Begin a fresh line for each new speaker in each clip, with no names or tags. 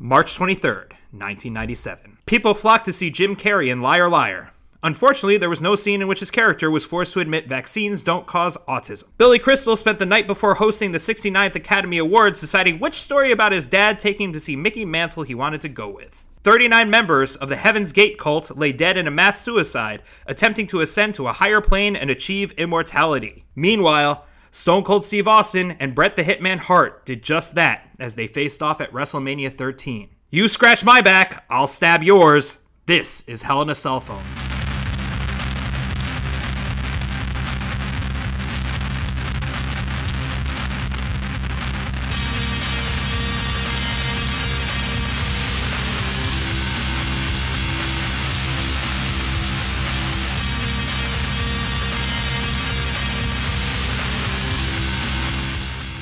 March 23rd, 1997. People flocked to see Jim Carrey in Liar Liar. Unfortunately, there was no scene in which his character was forced to admit vaccines don't cause autism. Billy Crystal spent the night before hosting the 69th Academy Awards deciding which story about his dad taking him to see Mickey Mantle he wanted to go with. 39 members of the Heaven's Gate cult lay dead in a mass suicide, attempting to ascend to a higher plane and achieve immortality. Meanwhile, Stone Cold Steve Austin and Bret the Hitman Hart did just that as they faced off at WrestleMania 13. You scratch my back, I'll stab yours. This is Hell in a Cell Phone.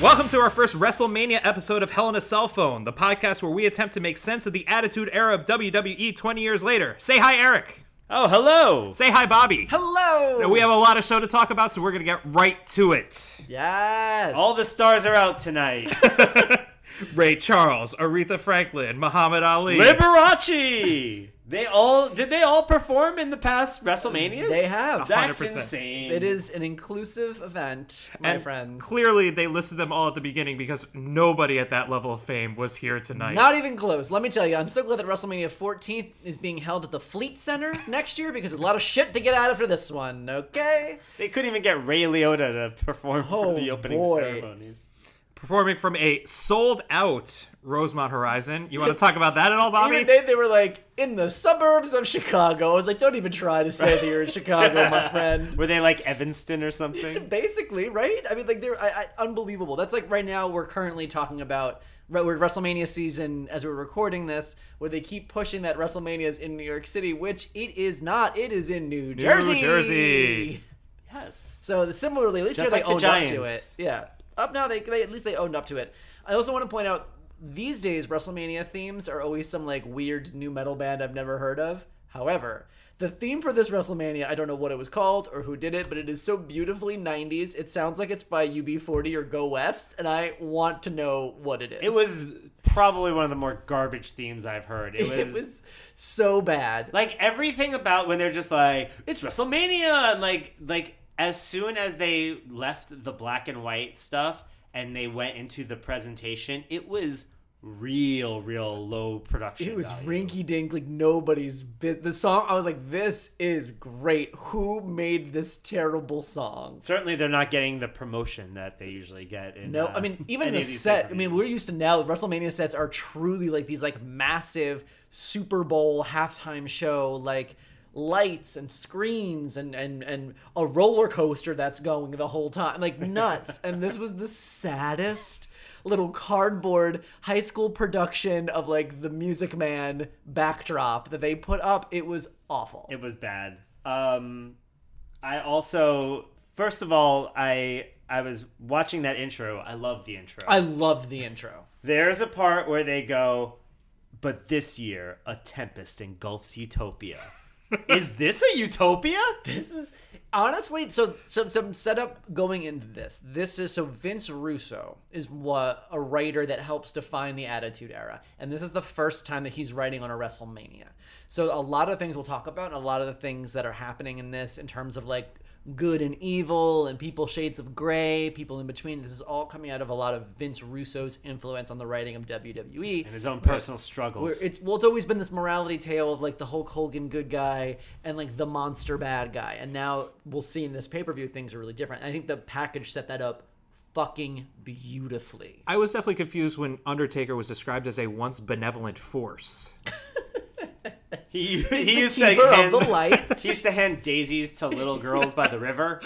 Welcome to our first WrestleMania episode of Hell in a Cell Phone, the podcast where we attempt to make sense of the Attitude Era of WWE 20 years later. Say hi, Eric.
Oh, hello.
Say hi, Bobby.
Hello.
We have a lot of show to talk about, so we're going to get right to it.
yes.
All the stars are out tonight.
Ray Charles, Aretha Franklin, Muhammad Ali.
Liberace. They all did they all perform in the past WrestleManias?
They have.
That's
100%.
insane.
It is an inclusive event, my
and
friends.
Clearly, they listed them all at the beginning because nobody at that level of fame was here tonight.
Not even close. Let me tell you, I'm so glad that WrestleMania 14th is being held at the Fleet Center next year because there's a lot of shit to get out after this one. Okay.
They couldn't even get Ray Liotta to perform
Oh,
for the opening
boy.
ceremonies.
Performing from a sold out Rosemont Horizon. You want to talk about that at all, Bobby?
Even they, they were like in the suburbs of Chicago. I was like, don't even try to say that you're in Chicago, my friend.
Were they like Evanston or something?
Basically, right? I mean, like they're I, I, unbelievable. That's like right now we're currently talking about right, we're WrestleMania season as we're recording this, where they keep pushing that WrestleMania is in New York City, which it is not. It is in New Jersey.
Jersey.
yes.
So the, similarly, at least
Just
here
like the
they owned up to it.
Giants.
Yeah, up now they, they at least they owned up to it. I also want to point out these days WrestleMania themes are always some like weird new metal band I've never heard of. However, the theme for this WrestleMania, I don't know what it was called or who did it, but it is so beautifully 90s. It sounds like it's by UB40 or Go West, and I want to know what it is.
It was probably one of the more garbage themes I've heard. It was,
it was so bad.
like everything about when they're just like it's WrestleMania and like like as soon as they left the black and white stuff and they went into the presentation, it was real real low production.
It was
value.
rinky dink, like nobody's business. The song, I was like, this is great. Who made this terrible song?
Certainly, they're not getting the promotion that they usually get. In,
No,
uh,
I mean, even
any
the
of these
set, I mean,
pay-per-views.
we're used to now, WrestleMania sets are truly like these like massive Super Bowl halftime show, like lights and screens and, and, and a roller coaster that's going the whole time. Like nuts. and this was the saddest little cardboard high school production of like the Music Man backdrop that they put up. It was awful.
It was bad. Um, I also, first of all, I I was watching that intro. I love the intro.
I loved the intro.
There's a part where they go, but this year a tempest engulfs utopia. Is this a utopia?
this is honestly so so some setup going into this this is so vince russo is what a writer that helps define the attitude era and this is the first time that he's writing on a wrestlemania so a lot of things we'll talk about and a lot of the things that are happening in this in terms of like good and evil and people shades of gray people in between this is all coming out of a lot of vince russo's influence on the writing of E. wwe
And his own personal struggles.
where it's well, it's always been this morality tale of like the Hulk Hogan good guy and like the monster bad guy, and now we'll see in this pay per view things are really different. And I think the package set that up fucking beautifully.
I was definitely confused when Undertaker was described as a once benevolent force.
he he used to
Keeper of
hand,
the light.
he used to hand daisies to little girls by the river.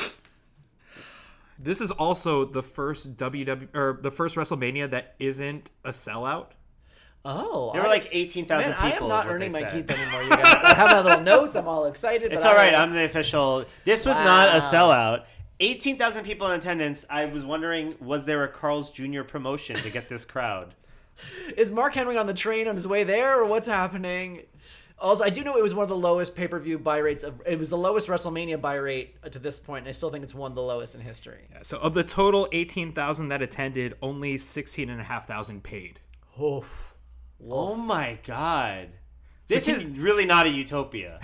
This is also the first WWE or the first WrestleMania that isn't a sellout.
oh,
There were
I-
like eighteen thousand
man,
people.
I am
is
not
what
earning
they
my
said.
keep anymore, you guys. I have my little notes. I'm all excited.
It's
but
all
I
right.
don't-
I'm the official. This was not a
Wow.
sellout. 18,000 people in attendance. I was wondering, was there a Carl's Jr. promotion to get this crowd?
Is Mark Henry on the train on his way there, or what's happening? Also, I do know it was one of the lowest pay per view buy rates. Of, it was the lowest WrestleMania buy rate uh, to this point, and I still think it's one of the lowest in history.
So of the total 18,000 that attended, only 16,500 paid.
Oh
Oof. Wolf.
my god. This
can
is really not a utopia.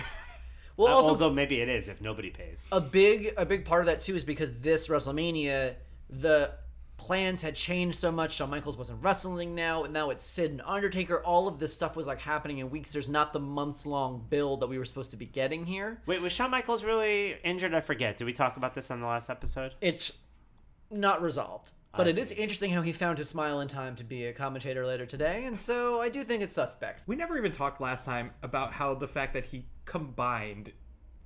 Well, also
Uh, Although maybe it is if nobody pays.
a big a big part of that too is because this WrestleMania the plans had changed so much. Shawn Michaels wasn't wrestling now, and now it's Sid and Undertaker. All of this stuff was like happening in weeks. There's not the months long build that we were supposed to be getting here.
Wait, was Shawn Michaels really injured? I forget. Did we talk about this on the last episode?
It's not resolved. But
I
it is
see.
interesting how he found his smile in time to be a commentator later today, and so I do think it's suspect.
We never even talked last time about how the fact that he combined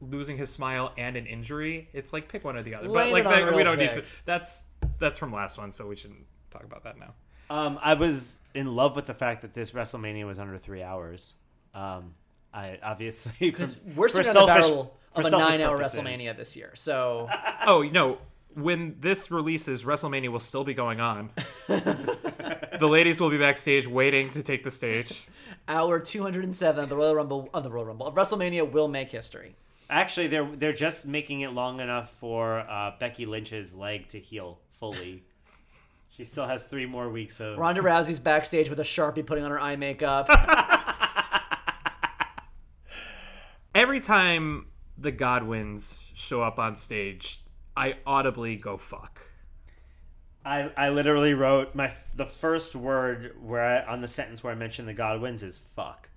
losing his smile and an injury. It's like pick one or the other.
Lay
but
it
like
on
that, we
real
don't need
thick.
to. That's that's from last one, so we shouldn't talk about that now.
Um, I was in love with the fact that this WrestleMania was under three hours. Um, I obviously
Because
for-
we're
for
sitting on the
selfish-
barrel
for
of a
selfish
nine-hour
purposes.
WrestleMania this year, so
Oh no! When this releases, WrestleMania will still be going on. the ladies will be backstage waiting to take the stage.
our 207 of the Royal Rumble of the Royal Rumble of WrestleMania will make history.
Actually, they're they're just making it long enough for uh, Becky Lynch's leg to heal fully. she still has three more weeks of.
Ronda Rousey's backstage with a sharpie putting on her eye makeup.
Every time the Godwins show up on stage, I audibly go fuck.
I, I literally wrote my the first word where I, on the sentence where I mentioned the Godwins is fuck.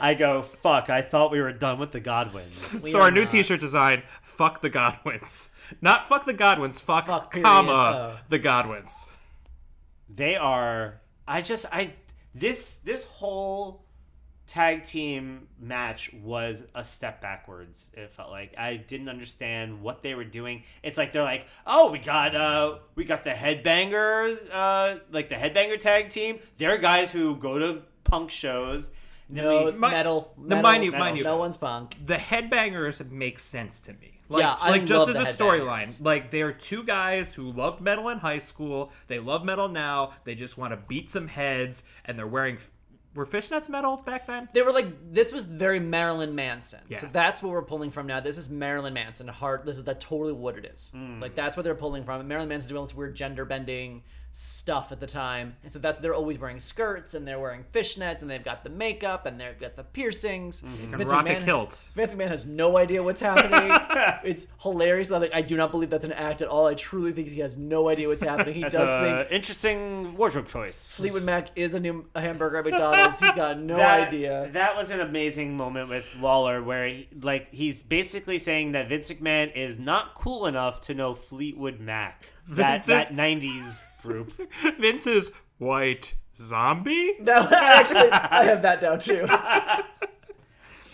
I go fuck. I thought we were done with the Godwins.
We
so our
are
new
not-
T-shirt design: "Fuck the Godwins," not "Fuck the Godwins." Fuck,
Fuck, period,
comma
oh.
the Godwins.
they are i just i this this whole tag team match was a step backwards it felt like i didn't understand what they were doing it's like they're like oh we got uh we got the headbangers uh like the headbanger tag team they're guys who go to punk shows And then
No
we-
My-
metal.
the
metal,
minute-
metal.
minute
No
was.
one's punk.
The headbangers make sense to me. Like,
Yeah, I
like just as
love
a
the
storyline,
Headbangers.
like they are two guys who loved metal in high school. They love metal now. They just want to beat some heads, and they're wearing were fishnets metal back then.
They were like, this was very Marilyn Manson. So
Yeah.
that's what we're pulling from now. This is Marilyn Manson. Hard. This is that totally what it is.
Hmm.
Like that's what they're pulling from. And Marilyn Manson's doing all this weird gender bending stuff at the time, and so that's they're always wearing skirts and they're wearing fishnets and they've got the makeup and they've got the piercings.
Mm-hmm.
Vince
rock a
McMahon-
kilt.
Vince McMahon has no idea what's happening. it's hilarious. Like, I do not believe that's an act at all. I truly think he has no idea what's happening. He does
that's a
think
interesting wardrobe choice
Fleetwood Mac is a new hamburger at McDonald's. He's got no
that,
idea.
That was an amazing moment with Lawler, where he, like he's basically saying that Vince McMahon is not cool enough to know Fleetwood Mac, that
Vince
that
is-
'90s group.
Vince's white zombie.
No, actually, I have that down too.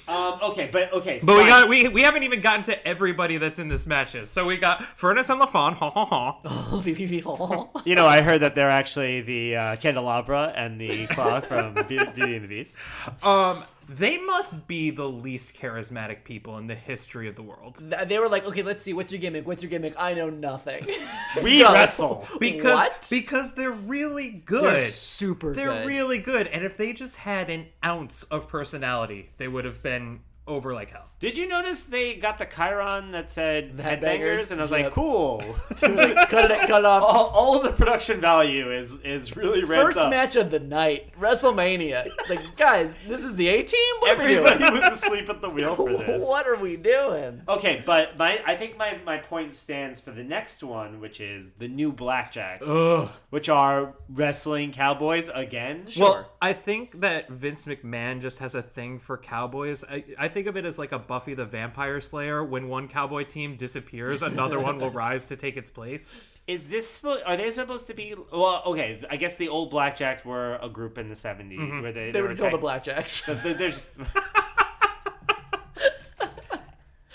Um, okay, but okay,
But we
fine.
got we we haven't even gotten to everybody that's in this matches. So we got Furnace and LaFon, ha ha ha.
You know, I heard that they're actually the uh, candelabra and the claw from Be- Beauty and the Beast.
Um, they must be the least charismatic people in the history of the world
Th- they were like, okay, let's see. What's your gimmick? What's your gimmick? I know nothing.
We
No.
wrestle.
because
What?
because they're really good.
They're super
They're
good.
really good, and if they just had an ounce of personality, they would have been over like hell.
Did you notice they got the Chiron that said
Headbangers,
headbangers, and I was
yep.
like, cool.
Like, cut it, cut it off.
all, all of the production value is is really Oh, ramped
First
up.
match of the night, WrestleMania. Like, guys, this is the A team. What are we
Everybody
doing?
was asleep at the wheel for this.
What are we doing?
Okay, but my I think my, my point stands for the next one, which is the new Blackjacks,
Ugh.
which are wrestling cowboys again.
Well, I think that Vince McMahon just has a thing for cowboys. I, I think of it as like a Buffy the Vampire Slayer. When one cowboy team disappears, another one will rise to take its place.
is this supposed? Are they supposed to be? Well, okay, I guess the old Blackjacks were a group in the 70s where they
Mm-hmm. They would call the
tag-
Blackjacks.
They're, they're just.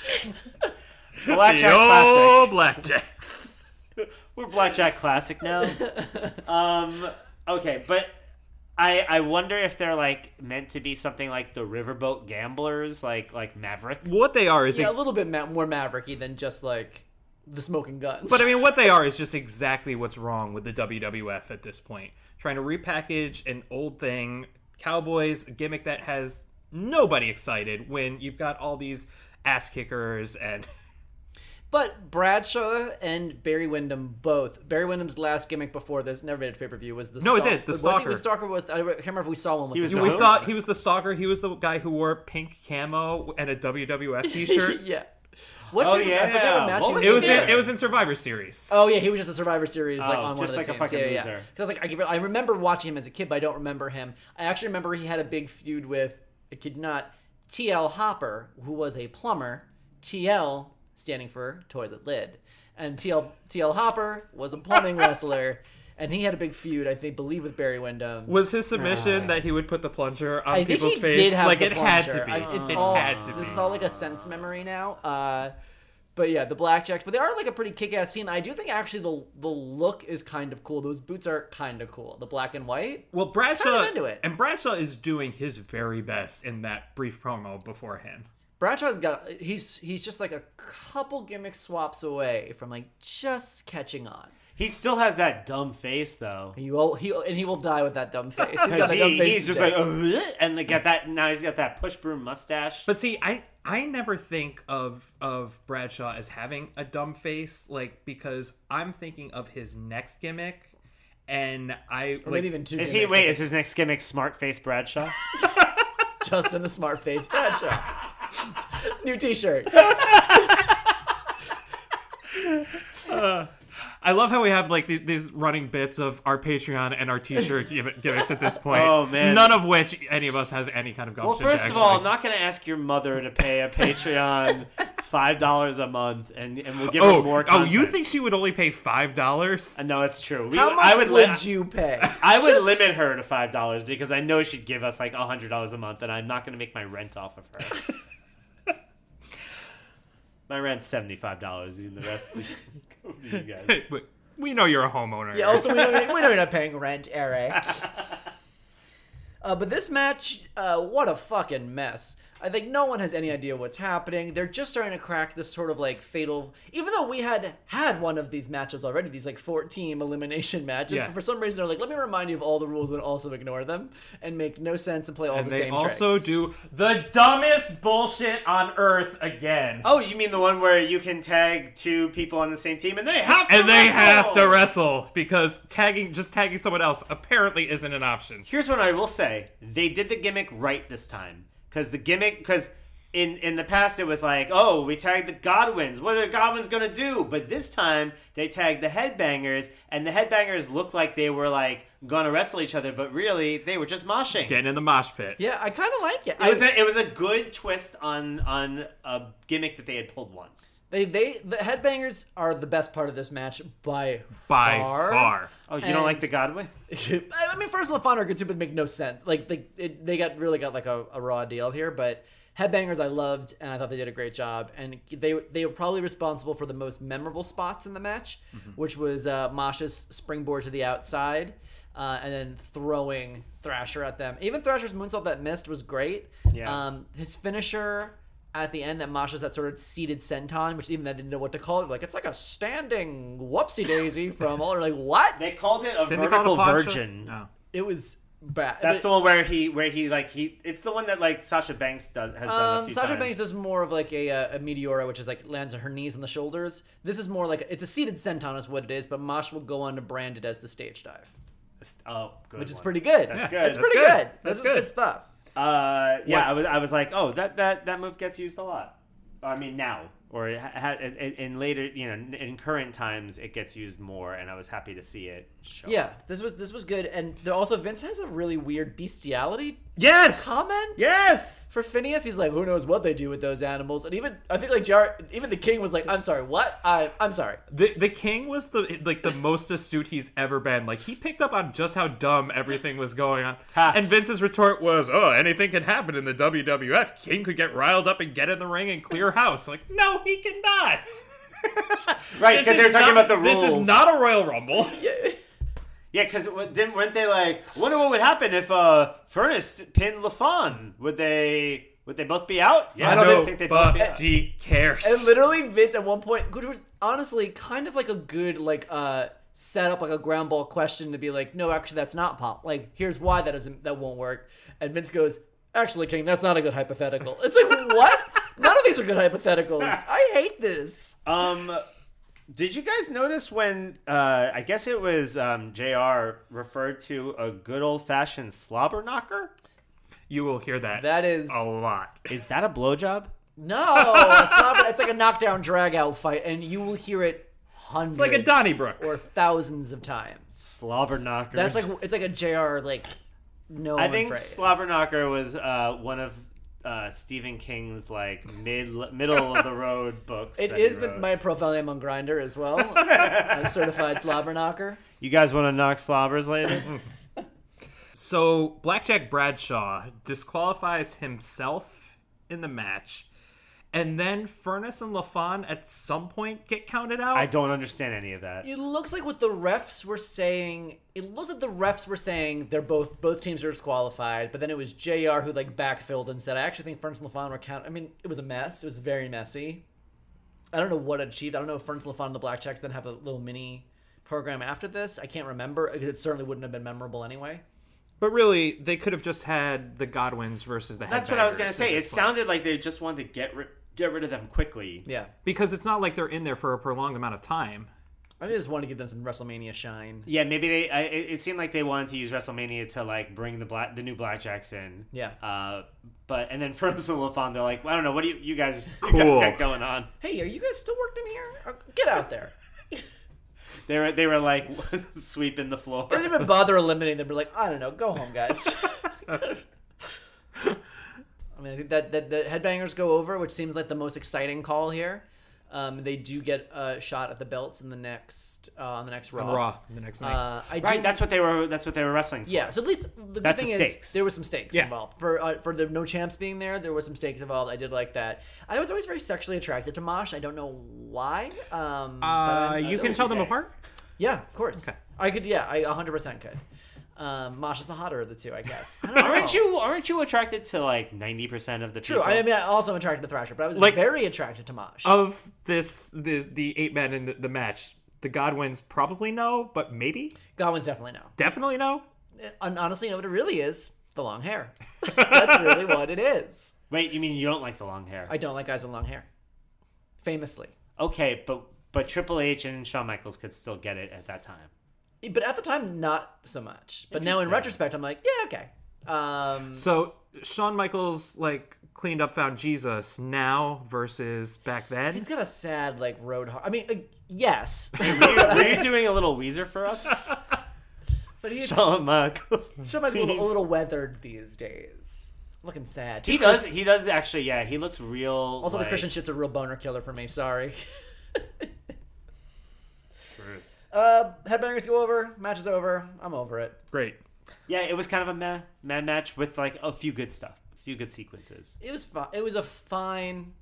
Blackjack
The
classic.
old blackjacks.
We're Blackjack Classic now. um, okay, but I I wonder if they're like meant to be something like the Riverboat Gamblers, like like Maverick.
What they are is,
yeah, a little bit ma- more mavericky than just like the smoking guns.
but I mean, what they are is just exactly what's wrong with the WWF at this point. Trying to repackage an old thing, cowboys a gimmick that has nobody excited when you've got all these ass kickers and
But Bradshaw and Barry Windham both. Barry Windham's last gimmick before this never made it to pay per view was the
No, it
stalk-
did, the
Was he
stalker.
the stalker? With I can't remember if we saw one. With
He was
the
We
No.
saw he was the stalker. He was the guy who wore pink camo and a WWF T-shirt.
yeah. What
Oh,
did- I forget
yeah.
what match
What
he
was
it was
there?
in, it was in Survivor Series.
Oh yeah, he was just a Survivor Series like
Oh,
on
just
one
like
of the
a
teams.
fucking
yeah, yeah,
loser.
Because I was like, I, I remember watching him as a kid, but I don't remember him. I actually remember he had a big feud with I kid not TL Hopper, who was a plumber. TL standing for toilet lid, and TL TL Hopper was a plumbing wrestler, and he had a big feud. I think believe with Barry Windham.
Was his submission that he would put the plunger on
Ah. I think
people's
he
face?
did have
like
the
it had to
plunger.
be. Oh.
I- it's
it
all,
had to be.
This is all like a sense memory now. Uh, but yeah, the Blackjacks. But they are like a pretty kick-ass team. I do think actually the the look is kind of cool. Those boots are kind of cool. The black and white.
Well, Bradshaw
into it.
and Bradshaw is doing his very best in that brief promo beforehand.
Bradshaw's got. He's he's just like a couple gimmick swaps away from like just catching on.
He still has that dumb face though.
He will he and he will die with that dumb face. He's
Because
got a dumb
he,
face
he's just
today.
like, "Ugh," and they got that. Now he's got that push broom mustache.
But see, I I never think of of Bradshaw as having a dumb face, like because I'm thinking of his next gimmick, and I
Or
oh, like,
maybe even two.
is he?
gimmicks,
Wait, is his next gimmick smart face Bradshaw?
just in the smart face Bradshaw. New T-shirt.
I love how we have like the- these running bits of our Patreon and our T-shirt gimm- gimmicks at this point.
Oh, man.
none of which any of us has any kind of gumption.
Well,
to
first of all, I'm
actually-
not going to ask your mother to pay a Patreon five dollars a month, and and we'll give her
oh,
more.
oh, you
content.
think she would only pay five dollars?
Uh, No, it's true. We,
How much
I would,
would
li-
you pay?
I would
Just-
limit her to five dollars because I know she'd give us like hundred dollars a month, and I'm not going to make my rent off of her. my rent's seventy five dollars, and the rest is go to you guys.
we know you're a homeowner.
Yeah, also, we know, you're- we know you're not paying rent, Eric. Uh, but this match, uh, what a fucking mess. I think no one has any idea what's happening. They're just starting to crack this sort of like fatal. Even though we had had one of these matches already, these like four team elimination matches,
Yeah.
but for some reason they're like, let me remind you of all the rules and also ignore them and make no sense and play all
and
the
they
same
also
tricks.
do the dumbest bullshit on earth again.
Oh, you mean the one where you can tag two people on the same team, and they have to
and they
wrestle!
have to wrestle because tagging just tagging someone else apparently isn't an option.
Here's what I will say: they did the gimmick right this time, because the gimmick, because in in the past it was like, oh, we tagged the Godwins. What are the Godwins gonna do? But this time they tagged the Headbangers, and the Headbangers looked like they were like gonna wrestle each other, but really they were just moshing.
Getting in the mosh pit.
Yeah, I kind of like it.
It was
I-
a, it was a good twist on on a gimmick that they had pulled once.
they, they, the headbangers are the best part of this match by
By
far.
far.
Oh, you don't like
And-
the Godwins?
I I mean, first of all, are good too, but make no sense. Like they it, they got really got like a, a raw deal here, but Headbangers I loved, and I thought they did a great job, and they they were probably responsible for the most memorable spots in the match, which was uh, Masha's springboard to the outside, uh, and then throwing Thrasher at them. Even Thrasher's moonsault that missed was great.
Yeah.
Um, his finisher at the end that Masha's that sort of seated senton, which even they didn't know what to call it. Like it's like a standing whoopsie daisy from all. Like what?
They called it a
Didn't they call it
vertical
a poncho?
virgin.
No.
It was bad.
That's
But,
the one where he where he like he it's the one that like Sasha Banks does has done a
um,
few
Sasha
times.
Banks does more of like a, uh, a meteora, which is like lands on her knees and the shoulders. This is more like it's a seated senton is what it is, but Mosh will go on to brand it as the stage dive,
Oh, good
which is
one.
pretty good.
That's good.
That's
That's
pretty
good.
good.
That's
This is good
good.
stuff.
Uh, yeah,
What-
I was I was like, oh, that that that move gets used a lot. I mean, now or it ha- ha- in, in later, you know, in- in current times, it gets used more, and I was happy to see it. Show.
Yeah, this was this was good, and there also Vince has a really weird bestiality
Yes.
comment.
Yes.
For Phineas, he's like, who knows what they do with those animals, and even I think like Jar, even the king was like, I'm sorry, what? I I'm sorry.
The the king was the like the most astute he's ever been. Like he picked up on just how dumb everything was going on.
Ha.
And Vince's retort was, "Oh, anything can happen in the WWF. King could get riled up and get in the ring and clear house." Like, no, he cannot.
right,
This
because they were
is
talking
not-
about the rules.
This is not a Royal Rumble.
Yeah, because didn't weren't they like? Wonder what would happen if uh Furnace pinned LaFon? Would they would they both be out? Yeah, I don't
know,
think they'd both be
but
out.
he cares.
And literally, Vince at one point, which was honestly kind of like a good like uh setup, like a ground ball question to be like, no, actually, that's not pop. Like, here's why that doesn't that won't work. And Vince goes, actually, King, that's not a good hypothetical. It's like, what? None of these are good hypotheticals. I hate this.
Um, did you guys notice when uh, I guess it was um, Jr. referred to a good old fashioned slobber knocker?
You will hear that,
That is
a lot.
Is that a blowjob?
no. It's, not, it's like a knockdown drag out fight, and you will hear it hundreds
It's like a Donnybrook.
or thousands of times.
Slobber knockers.
That's like it's like a Jr. like no.
I think slobber knocker was uh, one of uh, Stephen King's like mid middle of the road books.
It
that he
is the,
wrote.
my profile name on Grinder as well. I'm a certified slobber knocker.
You guys want to knock slobbers later?
So Blackjack Bradshaw disqualifies himself in the match, and then Furnace and LaFon at some point get counted out.
I don't understand any of that.
It looks like what the refs were saying. It looks like the refs were saying they're both both teams are disqualified. But then it was Jr. who like backfilled and said, "I actually think Ferns and Lafon were count." I mean, it was a mess. It was very messy. I don't know what it achieved. I don't know if Ferns and Lafon and the Blackjacks then have a little mini program after this. I can't remember. It certainly wouldn't have been memorable anyway.
but really, they could have just had the Godwins versus the.
That's what I was
Headbangers
gonna
at
say. It
this point.
sounded like they just wanted to get rid get rid of them quickly.
Yeah,
because it's not like they're in there for a prolonged amount of time.
I just want to give them some WrestleMania shine.
Yeah, maybe they. I, it it seemed like they wanted to use WrestleMania to like bring the black the new blackjacks in.
Yeah.
Uh, but and then Frozen and LaFon, they're like, I don't know, what do you you guys you
Cool.
guys got going on?
Hey, are you guys still working here? Or- Get out there.
They were they were like sweeping the floor.
They didn't even bother eliminating them. They're like, I don't know, go home, guys. I mean, I think that, that the headbangers go over, which seems like the most exciting call here. Um, they do get a shot at the belts in the next uh, on the next Raw.
Raw the next night.
Uh, I
Right,
do-
that's what they were. That's what they were wrestling. For.
yeah. So at least the good
That's the
thing
stakes.
is there was some stakes
Yeah.
involved for uh, for the no champs being there. There was some stakes involved. I did like that. I was always very sexually attracted to Mosh. I don't know why. Um,
Uh,
but I'm
you
still-
can tell them
okay.
apart.
yeah, of course. I could, yeah, I 100% could. Um, Mosh is the hotter of the two, I guess. I don't
Aren't
know.
you aren't you attracted to like ninety percent of the
True.
people?
I mean, I also am attracted to Thrasher, but I was
Like- Oh.
very attracted to Mosh.
Of this, the the eight men in the, the match, the Godwins probably no, but maybe,
Godwin's definitely no. Uh,
definitely no.
And honestly, you know what it really is? The long hair. That's really what it is.
Wait, you mean you don't like the long hair?
I don't like guys with long hair. Famously.
okay, but but Triple H and Shawn Michaels could still get it at that time.
But at the time, not so much. But now in
Interesting.
retrospect, I'm like, yeah, okay. Um,
So Shawn Michaels like cleaned up, found Jesus now versus back then.
he's got a sad, like, road. Ho- I mean, like, yes.
Were you, were you doing a little Weezer for us,
but he's
Shawn Michaels?
Shawn Michaels a little, a little weathered these days. Looking sad.
He does. He does actually. Yeah, he looks real.
Also,
like,
the Christian shit's a real boner killer for me. Sorry.
truth.
Uh, headbangers go over. Match is over. I'm over it.
Great.
Yeah, it was kind of a meh, meh match with like a few good stuff, a few good sequences.
It was fine. It was a fine,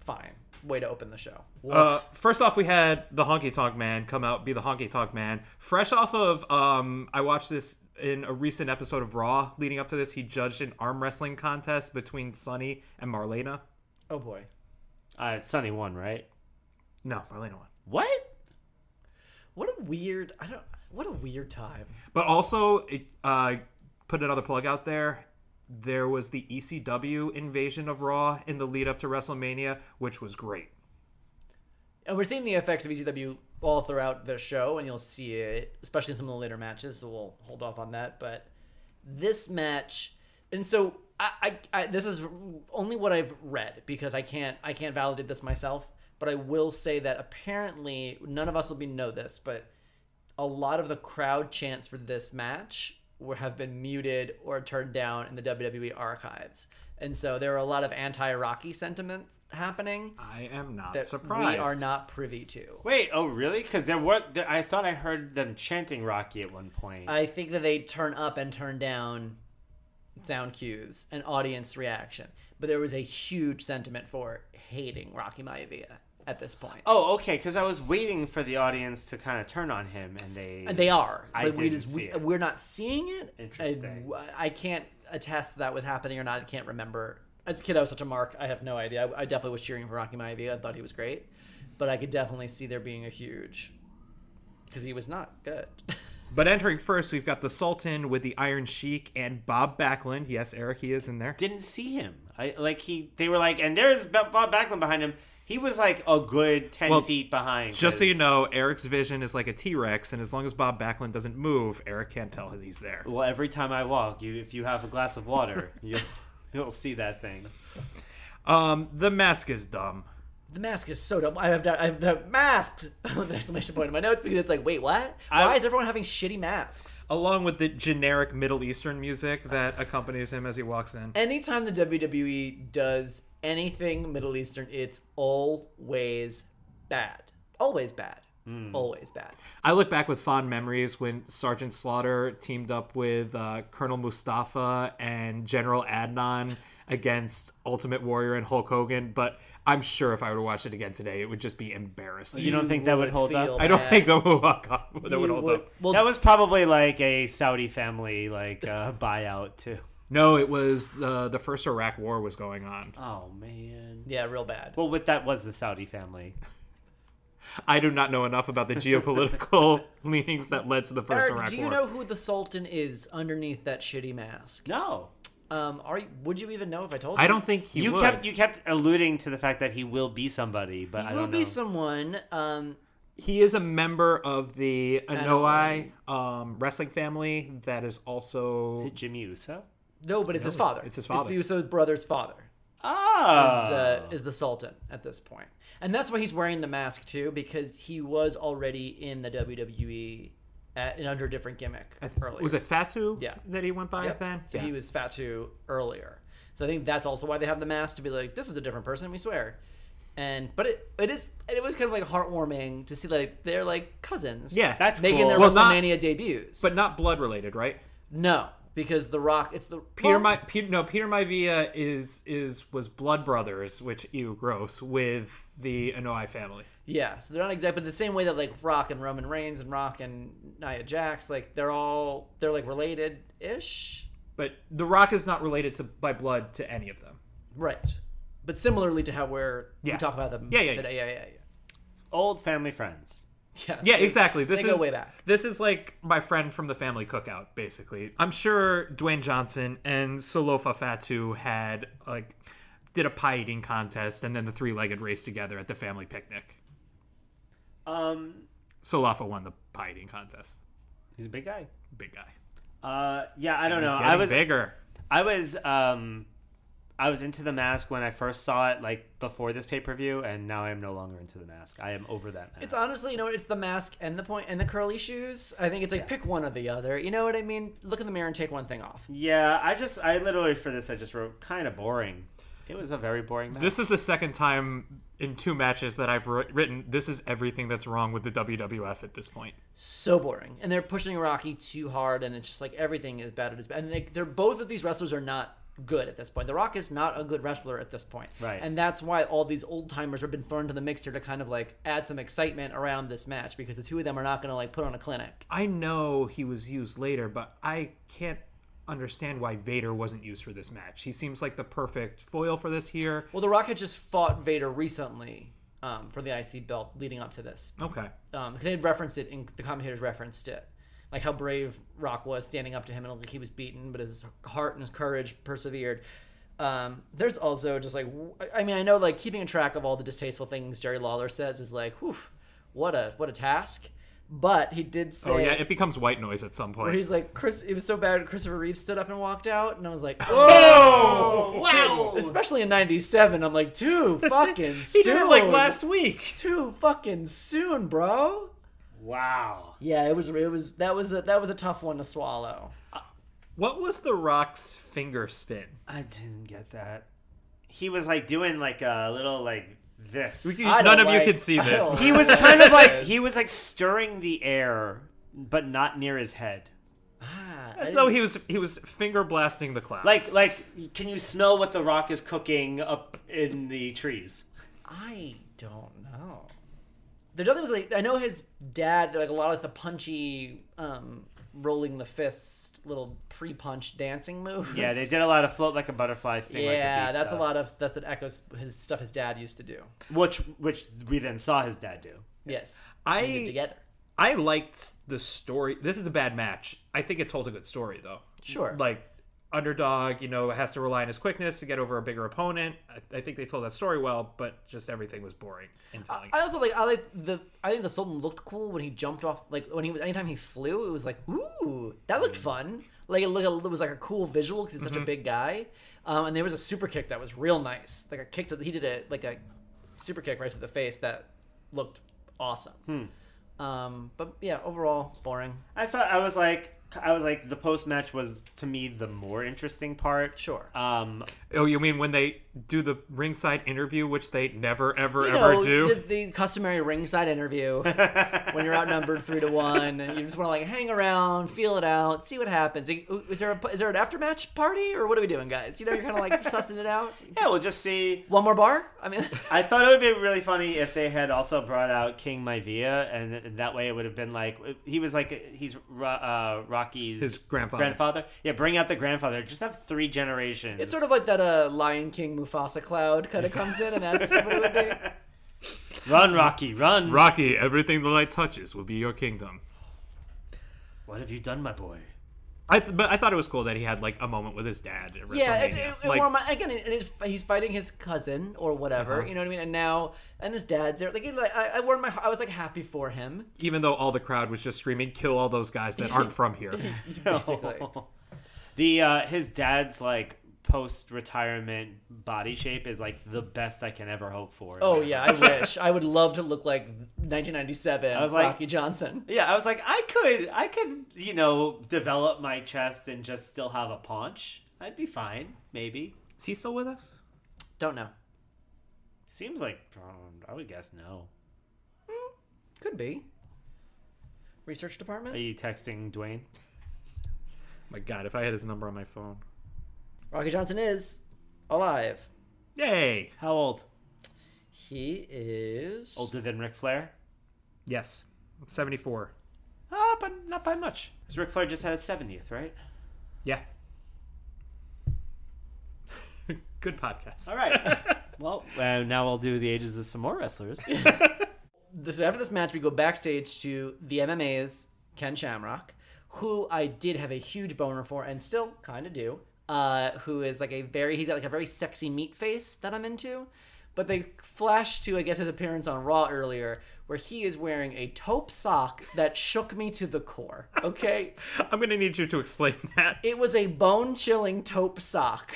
fine way to open the show.
Uh, first off, we had the Honky Tonk Man come out, be the Honky Tonk Man. Fresh off of, um, I watched this in a recent episode of Raw leading up to this. He judged an arm wrestling contest between Sonny and Marlena.
oh boy.
Uh, Sunny won, right?
No, Marlena won.
What?
What a weird. I don't. What a weird time.
But also, it, uh, put another plug out there. There was the ECW invasion of Raw in the lead up to WrestleMania, which was great.
And we're seeing the effects of ECW all throughout the show, and you'll see it, especially in some of the later matches. So we'll hold off on that. But this match, and so I, I, I this is only what I've read because I can't, I can't validate this myself. But I will say that apparently none of us will be know this, but a lot of the crowd chants for this match were have been muted or turned down in the WWE archives. And so there are a lot of anti-Rocky sentiments happening
I am not
that
surprised.
we are not privy to.
Wait, oh really? Because there were. There, I thought I heard them chanting Rocky at one point.
I think that they turn up and turn down sound cues and audience reaction. But there was a huge sentiment for hating Rocky Maivia at this point.
oh, okay. Because I was waiting for the audience to kind of turn on him, and they.
And they are.
I
we
didn't see
we,
it.
We're not seeing it. I-
Interesting.
I, can't attest that that was happening or not. I can't remember. As a kid, I was such a mark. I have no idea. I, I definitely was cheering for Rocky Maivia. I thought he was great. But I could definitely see there being a huge... Because he was not good.
But entering first, we've got the Sultan with the Iron Sheik and Bob Backlund. Yes, Eric, he is in there.
Didn't see him. I like he. They were like, and there's Bob Bob Backlund behind him. He was like a good ten
Well,
feet behind.
Just so
'cause-
you know, Eric's vision is like a T Rex, and as long as Bob Backlund doesn't move, Eric can't tell he's there.
Well, every time I walk, you if you have a glass of water, you'll you'll see that thing.
Um, the mask is dumb.
The mask is so dumb. I have to, I have the masked with an exclamation point in my notes because it's like, wait, what?
I-
Why is everyone having shitty masks?
Along with the generic Middle Eastern music that accompanies him as he walks in.
Anytime the WWE does anything Middle Eastern, it's always bad. Always bad. Always bad.
I look back with fond memories when Sergeant Slaughter teamed up with uh, Colonel Mustafa and General Adnan against Ultimate Warrior and Hulk Hogan, but I'm sure if I were to watch it again today, it would just be embarrassing.
You don't think that would hold up?
feel
I don't
bad.
think I would walk up. That would
You
hold up.
Well,
that was probably like a Saudi family like uh, buyout too.
No, it was the the first Iraq War was going on.
Oh man.
yeah, real bad.
Well, what that was the Saudi family.
I do not know enough about the geopolitical leanings that led to the first
Eric,
Iraq
do you
War.
know who the Sultan is underneath that shitty mask?
No,
Um, are you, would you even know if I told you?
I don't think he
you
would.
kept you kept alluding to the fact that he will be somebody, but I
He
don't
will
know.
be someone. Um,
He is a member of the Anoa'i um, wrestling family that is also
Is it Jimmy Uso?
no, but it's his father.
it's his father.
It's the Uso brother's father.
Ah,
is,
Ah.
uh, is the Sultan at this point, and that's why he's wearing the mask too, because he was already in the WWE at, and under a different gimmick earlier.
was it Fatu?
Yeah.
that he went by
Yep.
then.
So
yeah.
he was Fatu earlier. So I think that's also why they have the mask to be like, this is a different person. We swear. And but it it is it was kind of like heartwarming to see like they're like cousins.
Yeah.
That's
making
cool.
their
Well, not-
WrestleMania debuts.
but not blood related, right?
no, because The Rock, it's the
Peter
well,
my Peter, no Peter Maivia is is was blood brothers, which ew gross with the Anoa'i family.
Yeah, so they're not exactly the same way that like Rock and Roman Reigns and Rock and Nia Jax, like they're all they're like related ish.
But The Rock is not related to by blood to any of them.
Right. But similarly to how we're
Yeah.
we talk about them
Yeah, yeah,
today. Yeah, yeah, yeah.
old family friends.
Yeah,
Yeah, exactly. This
go
is
way back.
This is like my friend from the family cookout, basically. I'm sure Dwayne Johnson and Salofa Fatu had like did a pie eating contest and then the three legged race together at the family picnic.
Um,
Salofa won the pie eating contest.
he's a big guy.
Big guy.
Uh, yeah, I don't
He's
know.
getting
I was
bigger.
I was um I was into the mask when I first saw it like before this pay-per-view and now I am no longer into the mask. I am over that mask.
It's honestly, you know, it's the mask and the point and the curly shoes. I think it's like pick one or the other. You know what I mean? Look in the mirror and take one thing off.
Yeah, I just I literally for this I just wrote kind of boring. It was a very boring mask.
This is the second time in two matches that I've writ- written. This is everything that's wrong with the WWF at this point.
So boring. And they're pushing Rocky too hard, and it's just like everything is bad. It is bad. And like they're both of these wrestlers are not good at this point. The Rock is not a good wrestler at this point.
Right.
And that's why all these old timers have been thrown into the mixer to kind of like add some excitement around this match because the two of them are not going to like put on a clinic.
I know he was used later, but I can't understand why Vader wasn't used for this match. He seems like the perfect foil for this here.
Well, The Rock had just fought Vader recently um, for the IC belt leading up to this.
Okay.
um 'cause they had referenced it and the commentators referenced it like how brave rock was standing up to him and like he was beaten but his heart and his courage persevered um there's also just like w- i mean i know like keeping track of all the distasteful things jerry lawler says is like whew what a what a task but he did say
Oh yeah, it becomes white noise at some
where
point.
he's like chris it was so bad christopher reeve stood up and walked out and i was like
Oh
wow.
especially in 97 i'm like too fucking
He
soon
did it like last week.
too fucking soon bro
Wow.
Yeah, it was it was that was a, that was a tough one to swallow.
What was the Rock's finger spin?
I didn't get that. He was like doing like a little like this.
I don't
None of you
like-
can see
I
this.
don't
He was kind of like he was like stirring the air but not near his head.
Ah, I
As
didn't-
though he was he was finger blasting the clouds.
Like like can you smell what the rock is cooking up in the trees?
I don't know. The other was like I know his dad like a lot of the punchy, um, rolling the fist, little pre-punch dancing moves.
Yeah, they did a lot of float like a butterfly sting like a
Yeah,
bee
that's
stuff.
a lot of that's that echoes his stuff his dad used to do.
Which which we then saw his dad do.
Yes,
I
we did together.
I liked the story. This is a bad match. I think it told a good story though.
Sure.
Like underdog, you know, has to rely on his quickness to get over a bigger opponent. I, I think they told that story well, but just everything was boring in telling.
I also like I like the I think the Sultan looked cool when he jumped off like when he was anytime he flew it was like ooh that looked fun like it looked it was like a cool visual because he's such a big guy um, and there was a super kick that was real nice like a kick to the, he did a like a super kick right to the face that looked awesome um, but yeah overall boring
I thought I was like I was like the post match was to me the more interesting part.
sure
Um,
oh, you mean when they do the ringside interview, which they never, ever,
you
ever
know,
do?
The, the customary ringside interview when you're outnumbered three to one. You just want to like hang around, feel it out, see what happens. Is there a, is there an aftermatch party or what are we doing, guys? You know, you're kind of like sussing it out.
yeah, we'll just see.
One more bar? I mean,
I thought it would be really funny if they had also brought out King Maivia, and th- that way it would have been like he was like he's Ro- uh, Rocky's
His grandfather.
Grandfather, yeah. Bring out the grandfather. Just have three generations.
it's sort of like that uh, Lion King Mufasa cloud kind of comes in, and that's what it would be.
run, Rocky, run.
Rocky, everything the light touches will be your kingdom.
what have you done, my boy?
I th- but I thought it was cool that he had like a moment with his dad. At WrestleMania.
Yeah, and, and-
like,
or my, again, and he's, he's fighting his cousin or whatever. You know what I mean? And now, and his dad's there. Like, he- like I, I wore my, I was like happy for him.
even though all the crowd was just screaming, "Kill all those guys that aren't from here."
Basically.
the uh, his dad's like post retirement body shape is like the best I can ever hope for.
Oh yeah, I wish. I would love to look like 1997
was like-
Rocky Johnson.
Yeah, I was like, I could, I could, you know, develop my chest and just still have a paunch. I'd be fine, maybe.
Is he still with us?
Don't know.
Seems like um, I would guess no.
Could be. Research
Are
department.
you texting Dwayne?
My God, if I had his number on my phone.
Rocky Johnson is alive.
Yay!
How old?
He is.
Older than Ric Flair?
Yes, seventy-four.
Ah, but not by much. Because Ric Flair just had his seventieth, right?
Yeah. Good podcast.
All right. well, uh, now we'll do the ages of some more wrestlers.
This, after this match, we go backstage to the MMA's Ken Shamrock, who I did have a huge boner for and still kind of do. Uh, who is like a very he's got like a very sexy meat face that I'm into. But they flash to I guess his appearance on Raw earlier, where he is wearing a taupe sock that shook me to the core. Okay,
I'm gonna need you to explain that.
It was a bone chilling taupe sock.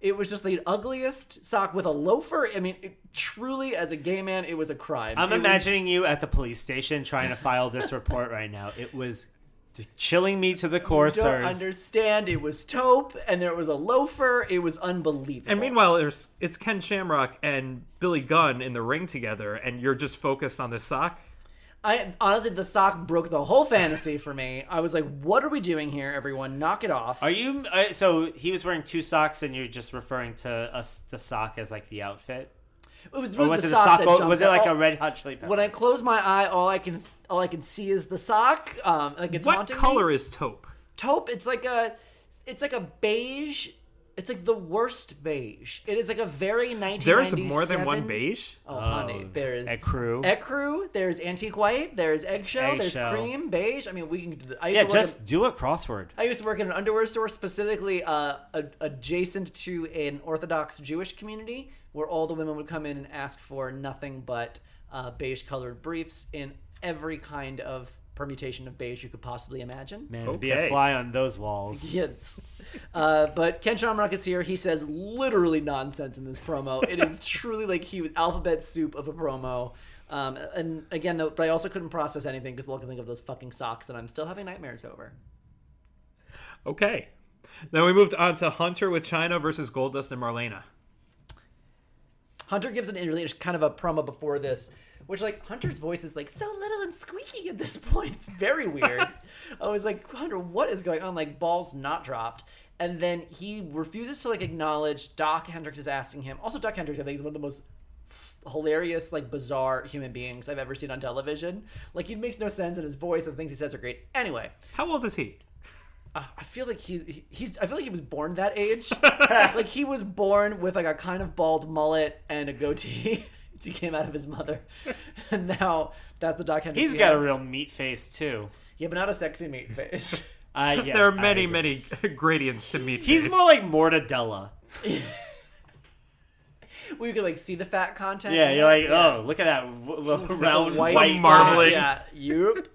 It was just the ugliest sock with a loafer. I mean, it, truly, as a gay man, it was a crime.
I'm
It was-
imagining you at the police station trying to file this report right now. It was t- chilling me to the core,
Don't
sirs.
understand. It was taupe, and there was a loafer. It was unbelievable.
And meanwhile, there's it's Ken Shamrock and Billy Gunn in the ring together, and you're just focused on this sock.
I honestly, the sock broke the whole fantasy for me. I was like, "What are we doing here, everyone? Knock it off!"
Are you uh, so he was wearing two socks, and you're just referring to us the sock as like the outfit?
it
Oh,
was
Or
really
was
the
it
sock
a
that
sock?
jumped
was it like a
out.
Red Hot Chili Pepper?
When I close my eye, all I can all I can see is the sock. Um, like it's
What
haunting me.
color is taupe?
taupe it's like a it's like a beige it's like the worst beige it is like a very 1997
There is more than one beige.
oh honey there is
ecru.
ecru there's antique white there's eggshell
Eggshell.
there's cream beige i mean we can do the, I used
yeah,
to work
just
in-
do a crossword.
I used to work in an underwear store specifically uh, a, adjacent to an Orthodox Jewish community where all the women would come in and ask for nothing but uh, beige colored briefs in every kind of permutation of beige you could possibly imagine.
Man, be a
Okay.
fly on those walls.
Yes. Uh, but Ken Shamrock is here. He says literally nonsense in this promo. It is truly like he was alphabet soup of a promo. Um, and again, though, but I also couldn't process anything because look, I think of those fucking socks that I'm still having nightmares over.
Okay. Then we moved on to Hunter with China versus Goldust and Marlena.
Hunter gives an really kind of a promo before this, which like Hunter's voice is like so little and squeaky at this point. It's very weird. I was like, Hunter, what is going on? Like balls not dropped. And then he refuses to like acknowledge Doc Hendricks is asking him. Also, Doc Hendricks, I think, is one of the most f- hilarious, like bizarre human beings I've ever seen on television. Like he makes no sense, and his voice and the things he says are great. Anyway,
How old is he?
uh, I feel like he, he he's I feel like he was born that age. like he was born with like a kind of bald mullet and a goatee. It's he came out of his mother, and now that's the Doc Henry.
He's
we
got a
have.
real meat face too.
yeah, but not a sexy meat face.
Uh, yeah,
there are
I
many,
agree.
many gradients to meet.
He's
face.
more like Mortadella.
Where you could like see the fat content.
Yeah,
in
you're
it.
like,
Yeah.
oh, look at that w- little round white,
white,
white
spot,
marbling.
Yeah, yup.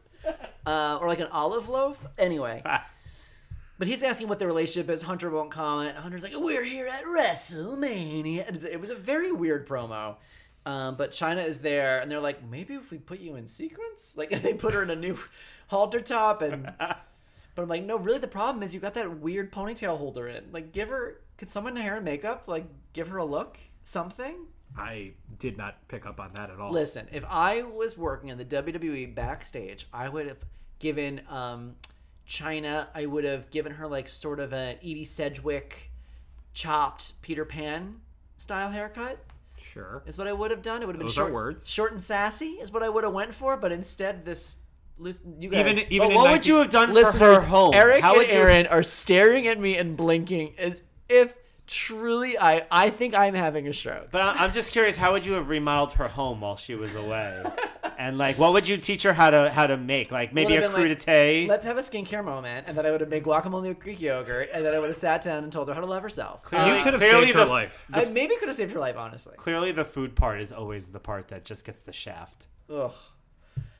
Uh, or like an olive loaf. Anyway. But he's asking what the relationship is. Hunter won't comment. Hunter's like, "We're here at WrestleMania." And It was a very weird promo. Um, but China is there, and they're like, "Maybe if we put you in sequence, like and they put her in a new halter top." And but I'm like, "No, really. The problem is you got that weird ponytail holder in. Like, give her. Could someone in hair and makeup like give her a look, something?"
I did not pick up on that at all.
Listen, if I was working in the WWE backstage, I would have given um, China. I would have given her like sort of an Edie Sedgwick, chopped Peter Pan style haircut.
Sure.
Is what I would have done. It would have been
Those are
short,
words.
short and sassy. Is what I would have went for. But instead, this loose. You guys,
Even
But
even in
Oh, what
19-
would you have done for her
listeners,
home?
Eric
How
and
would you-
Aaron are staring at me and blinking as if truly I I think I'm having a stroke.
But I- I'm just curious, how would you have remodeled her home while she was away? and like, what would you teach her how to how to make? Like maybe a
would've been like,
crudité.
Let's have a skincare moment, and then I would have made guacamole with Greek yogurt, and then I would have sat down and told her how to love herself. Um,
Clearly-
You could have
Clearly
saved
the
her
f-
life.
I maybe could have saved her life, honestly.
Clearly, the food part is always the part that just gets the shaft.
Ugh.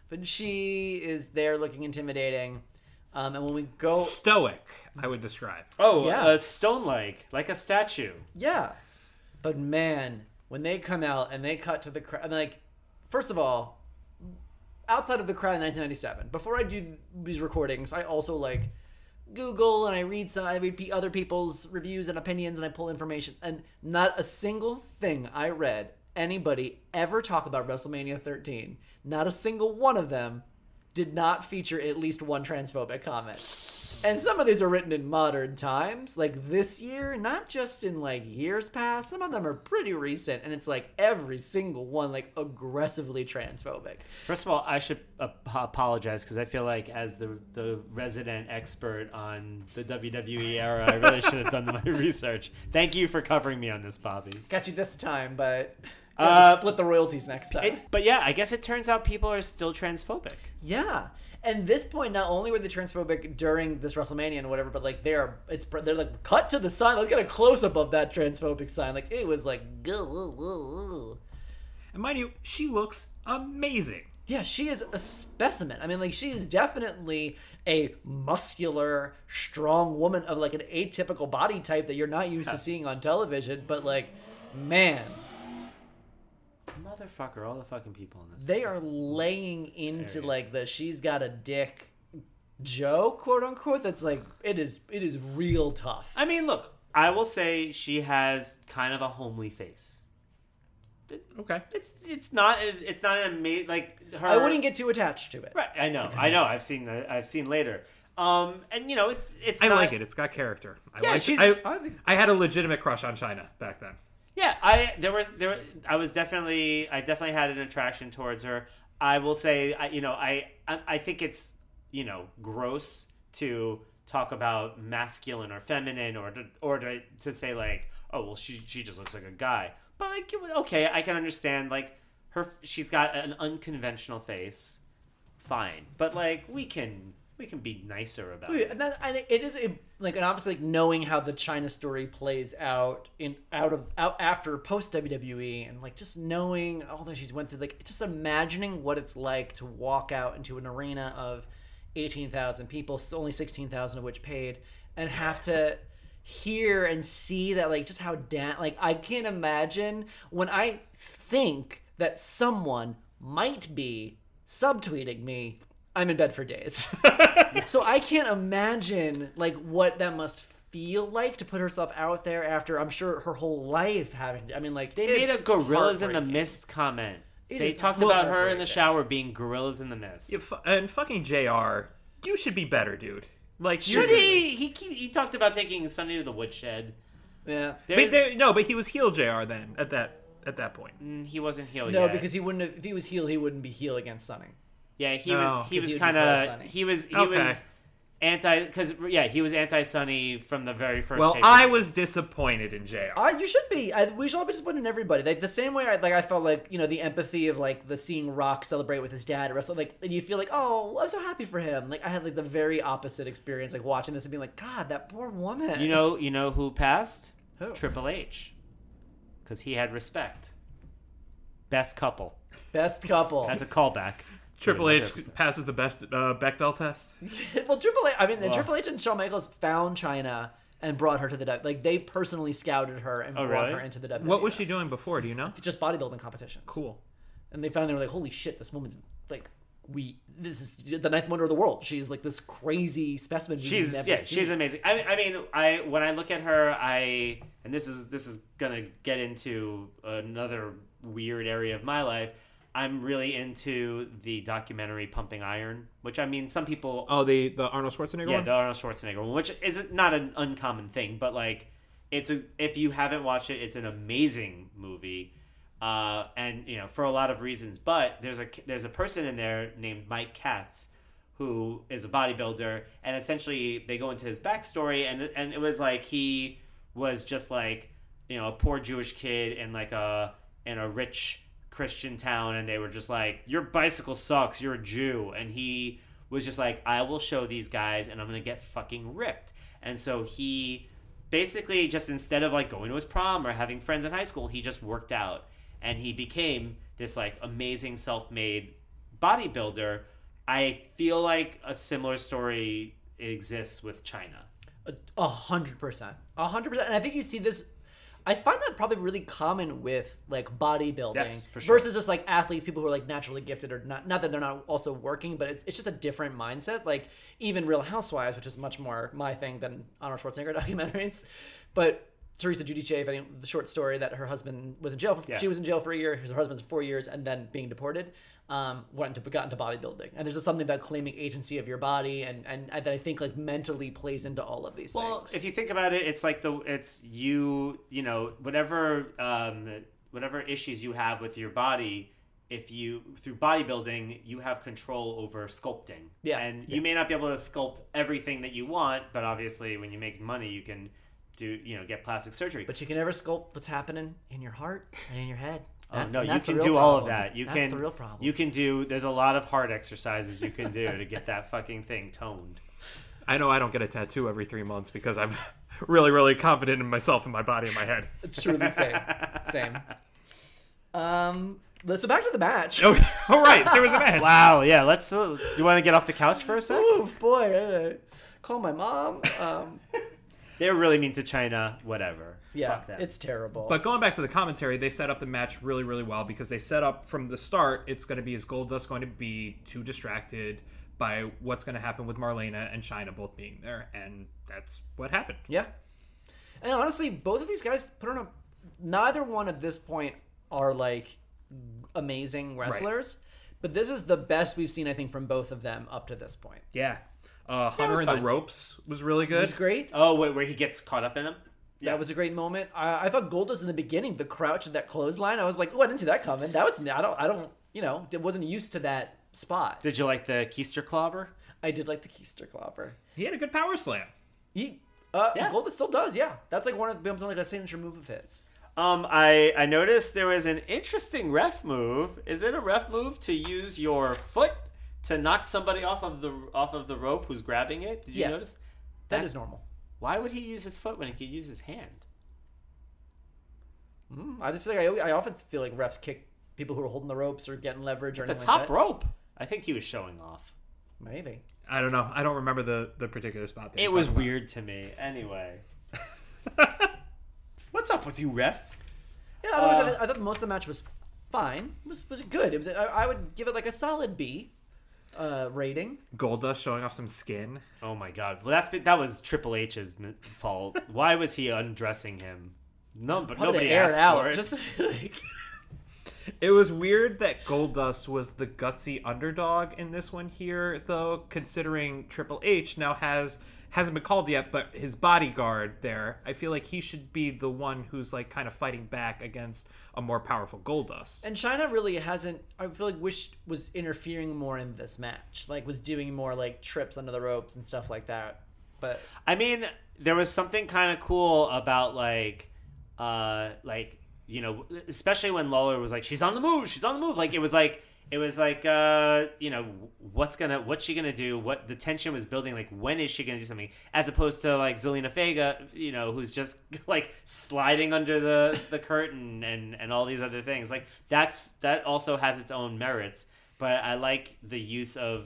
But she is there looking intimidating, um, and when we go,
Stoic, I would describe.
Oh,
Yeah.
uh, stone like, like a statue.
yeah. But man, when they come out and they cut to the crowd, I'm like, first of all, outside of the crowd in 1997, before I do these recordings, I also like Google and I read some, I read pe- other people's reviews and opinions and I pull information. And not a single thing I read anybody ever talk about WrestleMania 13. Not a single one of them did not feature at least one transphobic comment. And some of these are written in modern times, like this year, not just in like years past. Some of them are pretty recent, and it's like every single one, like aggressively transphobic.
First of all, I should ap- apologize because I feel like, as the the resident expert on the WWE era, I really should have done my research. Thank you for covering me on this, Bobby.
Got you this time, but
Uh,
split the royalties next time.
It- but yeah, I guess it turns out people are still transphobic.
yeah, and this point, not only were they transphobic during this WrestleMania and whatever, but like they're it's they're like cut to the sign. Let's get a close up of that transphobic sign. Like it was like go. woo, woo, woo.
And mind you, she looks amazing.
Yeah, she is a specimen. I mean, like she is definitely a muscular, strong woman of like an atypical body type that you're not used to seeing on television. But like, man,
Motherfucker, all the fucking people in this.
they are laying into
Very.
like the she's got a dick joke, quote unquote. That's like it is it is real tough.
I mean, look, I will say she has kind of a homely face.
Okay.
It's it's not it's not an amazing like her.
I wouldn't get too attached to it.
Right, I know, I know. I've seen I've seen later. Um, and you know, it's it's.
I
not-
like it. It's got character. I
Yeah,
liked it.
she's-
I, I had a legitimate crush on China back then.
Yeah, I there were there were, I was definitely I definitely had an attraction towards her. I will say, I, you know, I, I I think it's you know gross to talk about masculine or feminine or to, or to, to say like oh well she she just looks like a guy. But like you would- okay, I can understand like her she's got an unconventional face. Fine. But like we can we can be nicer about
Wait,
it.
Oh, and then and it- it is a, like and obviously like knowing how the China story plays out in out of out after post WWE and like just knowing all that she's went through like just imagining what it's like to walk out into an arena of eighteen thousand people, s- only sixteen thousand of which paid, and have to hear and see that like just how down like I can't imagine when I think that someone might be subtweeting me. I'm in bed for days. So I can't imagine like what that must feel like to put herself out there after I'm sure her whole life having. I mean, like
They made a gorillas in the mist comment.
It
they
is
talked about her in the
heartbreaking.
shower being gorillas in the mist.
You fu- And fucking Jr. You should be better, dude. Like you-
Should he? He keep, he talked about taking Sunday to the woodshed.
Yeah.
But
There's,
they- no, but he was heel Jr. Then at that at that point.
Mm, he wasn't heel
No,
yet.
because he wouldn't. Have, if he was heel, he wouldn't be heel against Sunny.
yeah, he
No.
was he
Because
was
he would
kind
be pro
of
Sonny.
he was he
Okay.
was anti because yeah he was anti Sunny from the very first.
Well,
pay-per-view.
I was disappointed in JR.
Uh, you should be. I, we should all be disappointed in everybody. Like the same way, I, like I felt like you know the empathy of like the seeing Rock celebrate with his dad at wrestle. Like and you feel like oh I'm so happy for him. Like I had like the very opposite experience like watching this and being like God that poor woman.
You know, you know who passed?
Who?
Triple H, because he had respect. Best couple.
best couple.
That's a callback.
Triple
Yeah,
H
that's-
passes the best uh, Bechdel test.
well, Triple H. I mean,
Well.
Triple H and Shawn Michaels found China and brought her to the W. Like they personally scouted her and
Oh,
brought
really?
her into the W.
What was she doing before? Do you know?
Just bodybuilding competitions.
Cool.
And they found they were like, holy shit, this woman's like. We this is the ninth wonder of the world. She's like this crazy specimen. we've
She's
never
yeah,
seen.
she's amazing. I mean, I mean, I when I look at her, I and this is this is gonna get into another weird area of my life. I'm really into the documentary Pumping Iron, which I mean, some people
Oh, the the Arnold Schwarzenegger
Yeah,
one.
the Arnold Schwarzenegger one, which is not an uncommon thing, but like it's a if you haven't watched it, it's an amazing movie, uh, and you know for a lot of reasons. But there's a there's a person in there named Mike Katz who is a bodybuilder, and essentially they go into his backstory, and and it was like he was just like you know a poor Jewish kid in like a in a rich Christian town, and they were just like, "Your bicycle sucks. You're a Jew," and he was just like, "I will show these guys, and I'm gonna get fucking ripped." And so he basically just instead of like going to his prom or having friends in high school, he just worked out, and he became this like amazing self-made bodybuilder. I feel like a similar story exists with China.
A- A hundred percent. A hundred percent. And I think you see this. I find that probably really common with like bodybuilding
Yes, for sure.
versus just like athletes, people who are like naturally gifted or not. Not that they're not also working, but it's, it's just a different mindset. Like even Real Housewives, which is much more my thing than Arnold Schwarzenegger documentaries. But Teresa Giudice, if any, the short story that her husband was in jail. For,
Yeah.
She was in jail for a year. Her husband's four years, and then being deported. Um, went into got into bodybuilding, and there's just something about claiming agency of your body, and and that I think like mentally plays into all of these
Well,
things.
if you think about it, it's like the it's you you know whatever um, whatever issues you have with your body. If you through bodybuilding, you have control over sculpting.
Yeah.
and you may not be able to sculpt everything that you want, but obviously, when you make money, you can do you know get plastic surgery.
But you can never sculpt what's happening in your heart and in your head.
Oh,
That's-
no, you
that's the
can
real
do all of
problem.
that. You
that's
can
the real problem.
You can do. There's a lot of hard exercises you can do to get that fucking thing toned.
I know I don't get a tattoo every three months because I'm really really confident in myself and my body and my head.
It's truly same. Same. Um. let's- So back to the match.
Oh,
Okay. All right. There was a match.
Wow. Yeah. Let's. Uh, do you want to get off the couch for a sec?
Oh boy. uh, Call my mom. Um.
They're really mean to China. Whatever.
Yeah.
Fuck them.
It's terrible.
But going back to the commentary, they set up the match really, really well because they set up from the start it's going to be is Goldust going to be too distracted by what's going to happen with Marlena and China both being there, and that's what happened.
Yeah. And honestly, both of these guys put on a. Neither one at this point are like amazing wrestlers, but this is the best we've seen, I think, from both of them up to this point.
Yeah, uh, Hunter
was
in
fine.
the ropes was really
It
good.
was great.
Oh, wait, where he gets caught up in them? Yeah.
That was a great moment. I, I thought Goldust in the beginning, the crouch and that clothesline. I was like, oh, I didn't see that coming. That was I don't I don't you know I wasn't used to that spot.
Did you like the keister clobber?
I did like the keister clobber.
He had a good power slam.
He, uh,
Yeah.
Goldust still does. Yeah, that's like one of becomes like a signature move of his.
Um, I I noticed there was an interesting ref move. Is it a ref move to use your foot to knock somebody off of the off of the rope who's grabbing it? Did you
Yes.
notice?
that
That-
is normal.
Why would he use his foot when he could use his hand?
Mm, I just feel like I, I often feel like refs kick people who are holding the ropes or getting leverage or
The
anything
top
like that.
rope. I think he was showing off.
Maybe.
I don't know. I don't remember the the particular spot. That
It
you're
was
talking
weird to me. Anyway, what's up with you, ref?
Yeah. Otherwise, I,
Uh,
thought- I thought most of the match was fine. It was was good. It was. I, I would give it like a solid B uh, rating.
about. Goldust showing off some skin.
Oh my God! Well, that's been- that was Triple H's m- fault. Why was he undressing him? No, but
Probably to
nobody
air it
asked
out.
for it.
Just like.
It was weird that Goldust was the gutsy underdog in this one here, though, considering Triple H now has hasn't been called yet, but his bodyguard there. I feel like he should be the one who's like kind of fighting back against a more powerful Goldust.
And China really hasn't. I feel like Wish was interfering more in this match, like was doing more like trips under the ropes and stuff like that. But
I mean, there was something kind of cool about like, uh, like you know, especially when Lawler was like, "She's on the move, she's on the move." Like it was like it was like uh, you know, what's gonna what's she gonna do? What the tension was building. Like when is she gonna do something? As opposed to like Zelina Vega, you know, who's just like sliding under the the curtain and and all these other things. Like that's that also has its own merits. But I like the use of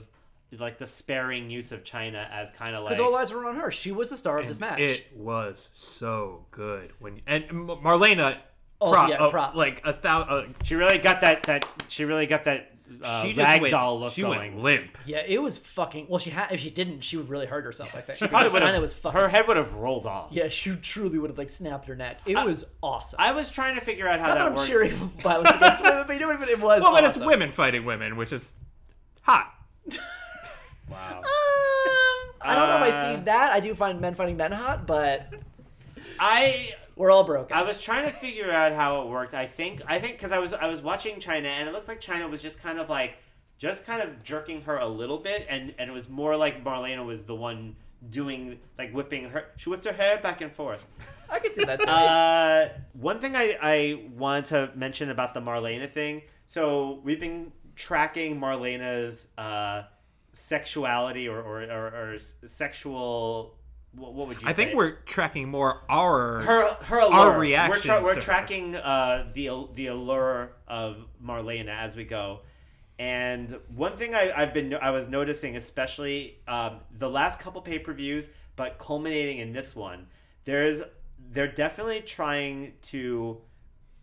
like the sparing use of China as kind of like
because all eyes were on her, she was the star of this match.
It was so good when and M- Marlena
Also,
prop-
yeah,
uh,
props.
like a uh, thousand.
She really got that that she really got that uh,
she just
rag
went,
doll look
she
going.
went limp.
yeah, it was fucking. Well, she had. If she didn't, she would really hurt herself. I think she
Probably
China
would've-
was fucking.
her head would have rolled off.
yeah, she truly would have like snapped her neck. It was awesome.
I was trying to figure out how
Not
that
that I'm
worked.
cheering for violence against women, but you know what I mean? It was.
Well, but it's
awesome.
women fighting women, which is hot.
Wow.
Um, I don't know if I
Uh,
see that. I do find men fighting men hot, but
I
we're all broken.
I was trying to figure out how it worked. I think I think because I was I was watching China and it looked like China was just kind of like just kind of jerking her a little bit and and it was more like Marlena was the one doing like whipping her she whipped her hair back and forth
I can see that too.
Uh, one thing I, I wanted to mention about the Marlena thing. So we've been tracking Marlena's uh, sexuality or, or, or, or s- sexual. What, what would you?
I think
say?
we're tracking more our
her her allure.
our reaction
We're, tra-
to
we're
her.
tracking uh, the al- the allure of Marlena as we go. And one thing I, I've been I was noticing, especially um, the last couple pay per views, but culminating in this one, there's they're definitely trying to